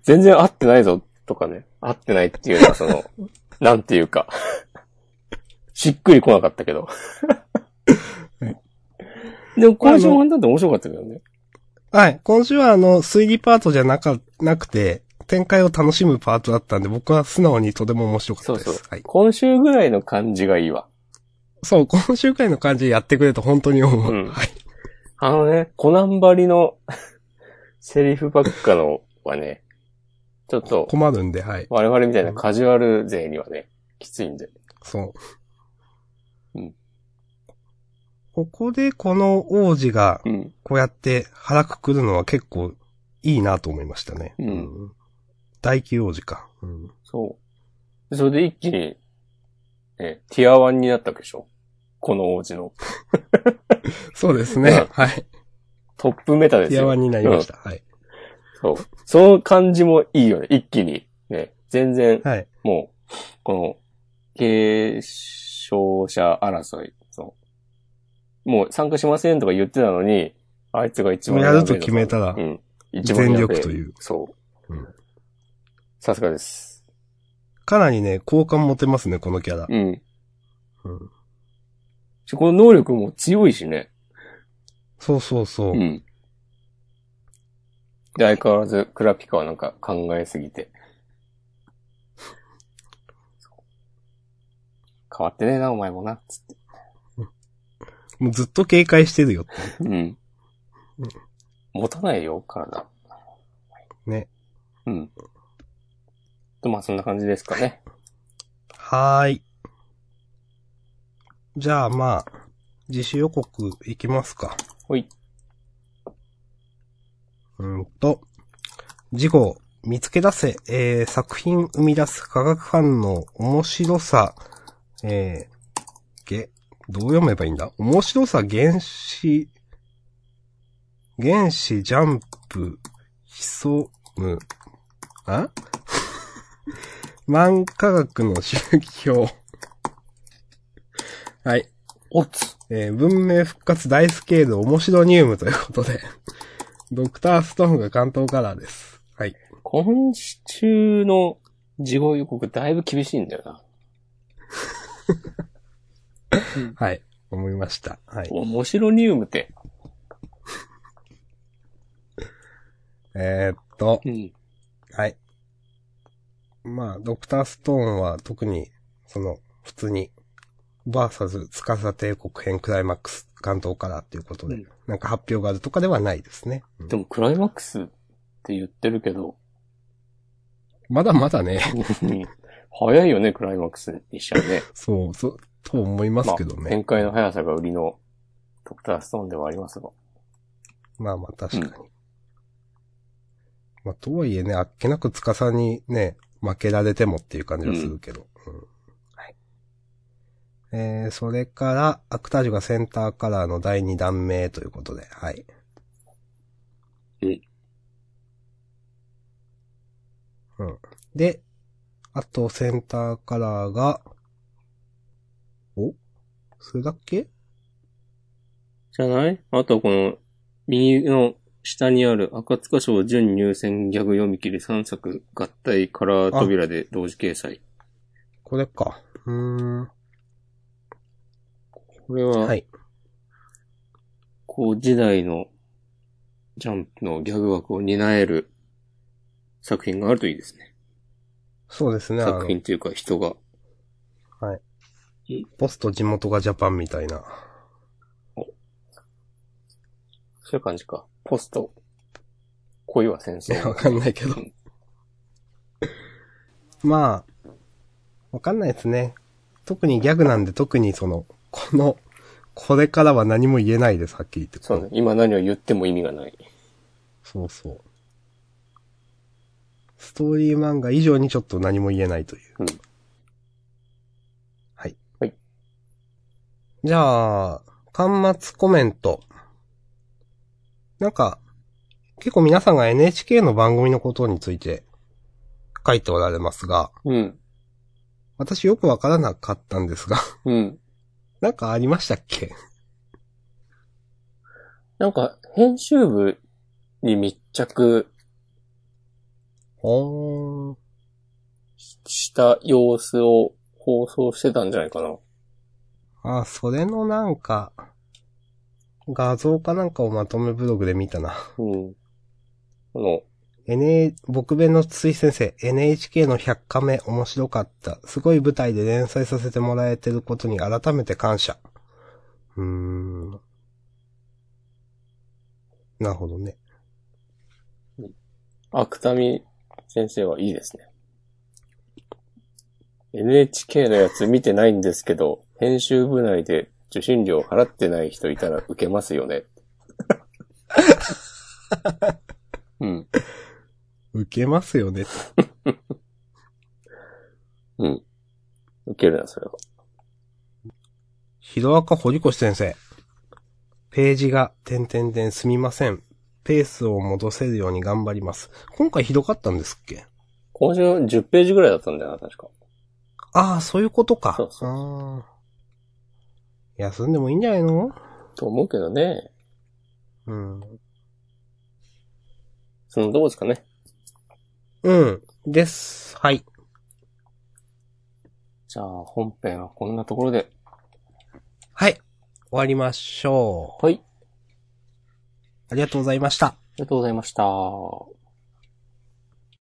A: 全然合ってないぞとかね。合ってないっていうのはその、なんていうか、しっくり来なかったけど。でも今週もだって面白かったけどね。
B: はい。今週はあの、推理パートじゃなか、なくて、展開を楽しむパートだったんで、僕は素直にとても面白かった
A: そう
B: です。
A: そう
B: はい。。
A: 今週ぐらいの感じがいいわ。
B: そう、今週会の感じでやってくれると本当に思う。
A: うん
B: はい。
A: あのね、コナン張りの セリフばっかのはね、ちょっと
B: 困るんで、はい。
A: 我々みたいなカジュアル勢にはね、きついんで。
B: そう。
A: うん
B: ここでこの王子が
A: うん。
B: こうやって腹くくるのは結構いいなと思いましたね。
A: うん
B: 大級王子か。うん。
A: そう。でそれで一気に、ね、ティアワンになったわけでしょこの王子の
B: そうですね。
A: うん
B: はい。
A: トップメ タです
B: ティア
A: よ。
B: ワンになりました。はい。
A: そう。その感じもいいよね、一気に。ね、全然、
B: はい。
A: もう、この、継承者争い、そう。もう参加しませんとか言ってたのに、あいつが一番
B: やると決めたら
A: うん。一番
B: 全
A: やべえ
B: 力という。
A: そう
B: うん。
A: さすがです。
B: かなりね、好感持てますね、このキャラ。
A: うん。
B: うん
A: しこの能力も強いしね。
B: そうそうそう。
A: うん。で、相変わらず、クラピカはなんか考えすぎて。変わってねえな、お前もな、つって。
B: もうずっと警戒してるよ。
A: うん
B: うん。
A: 持たないよ、体。
B: ね。
A: うん。と、まあ、そんな感じですかね。
B: はーい。じゃあまあ、自主予告いきますか。
A: ほい。
B: うんと、事後、見つけ出せ、えー、作品生み出す化学反応、面白さ、えー、げ、どう読めばいいんだ面白さ、原子、原子、ジャンプ、潜む、あ漫画学の周期表。 はい。
A: おつ。
B: えー文明復活大スケール面白ニウムということで、ドクターストーンが関東カラーです。はい。
A: 今週の事後予告、だいぶ厳しいんだよな。
B: はい。思いました。はい。
A: 面白ニウムって。
B: えーっと、
A: うん。
B: はい。まあ、ドクターストーンは特に、その、普通に、バーサス、つかさ帝国編クライマックス関東カラーっていうことで、
A: うん
B: なんか発表があるとかではないですね。うん
A: でも、クライマックスって言ってるけど、
B: まだまだね、
A: うん早いよね、クライマックスにしちゃうね。
B: そう、そう、と思いますけど
A: まあ
B: ね
A: 展。開の速さが売りのドクターストーンではありますが。
B: まあまあ確かに。まあとはいえね、あっけなく司にね、負けられてもっていう感じがするけど。うんはい。えー、それから、アクタージュがセンターカラーの第2弾目ということで、はい。
A: うん
B: うん。で、あとセンターカラーが、おそれだっけ
A: じゃないあとこの、右の下にある赤塚賞準入選ギャグ読み切り3作合体カラー扉で同時掲載。
B: これか。うーん。
A: これは、
B: はい。
A: こう時代のジャンプのギャグ枠を担える作品があるといいですね。
B: そうですね。あの
A: 作、品というか人が。
B: ポスト地元がジャパンみたいな。
A: そういう感じか。ポスト。恋は戦
B: い
A: 争。
B: や、わかんないけど。 まあ、わかんないですね。特にギャグなんで特にその、この、これからは何も言えないです、はっきり言って。
A: そうね。今何を言っても意味がない。
B: そうそう。ストーリー漫画以上にちょっと何も言えないという。
A: うん
B: はい。
A: はい。
B: じゃあ、端末コメント。なんか、結構皆さんが NHK の番組のことについて書いておられますが、
A: うん。
B: 私よくわからなかったんですが、
A: うん。
B: なんかありましたっけ
A: なんか、編集部に密着
B: おー。
A: した様子を放送してたんじゃないかな。
B: あ、それのなんか、画像かなんかをまとめブログで見たな。
A: うん。あの、
B: N、僕弁の筒井先生、NHK の100カメ面白かった。すごい舞台で連載させてもらえてることに改めて感謝。うーん。なるほどね。
A: 芥見先生はいいですね。NHK のやつ見てないんですけど、編集部内で受信料払ってない人いたら受けます よね。うん。
B: 受けますよね。
A: うん。受けるな、それは。
B: ひろあか堀越先生。ページが、てんてんてんすみません。ペースを戻せるように頑張ります。今回ひどかったんですっけ
A: 今週10ページぐらいだったんだよな、確か。
B: ああ、そういうことか。
A: そうそう
B: あー休んでもいいんじゃないの
A: と思うけどね。
B: うん。
A: そのどこですかね。
B: うん。です。はい。
A: じゃあ、本編はこんなところで。
B: はい。終わりましょう。
A: はい。
B: ありがとうございました。
A: ありがとうございました。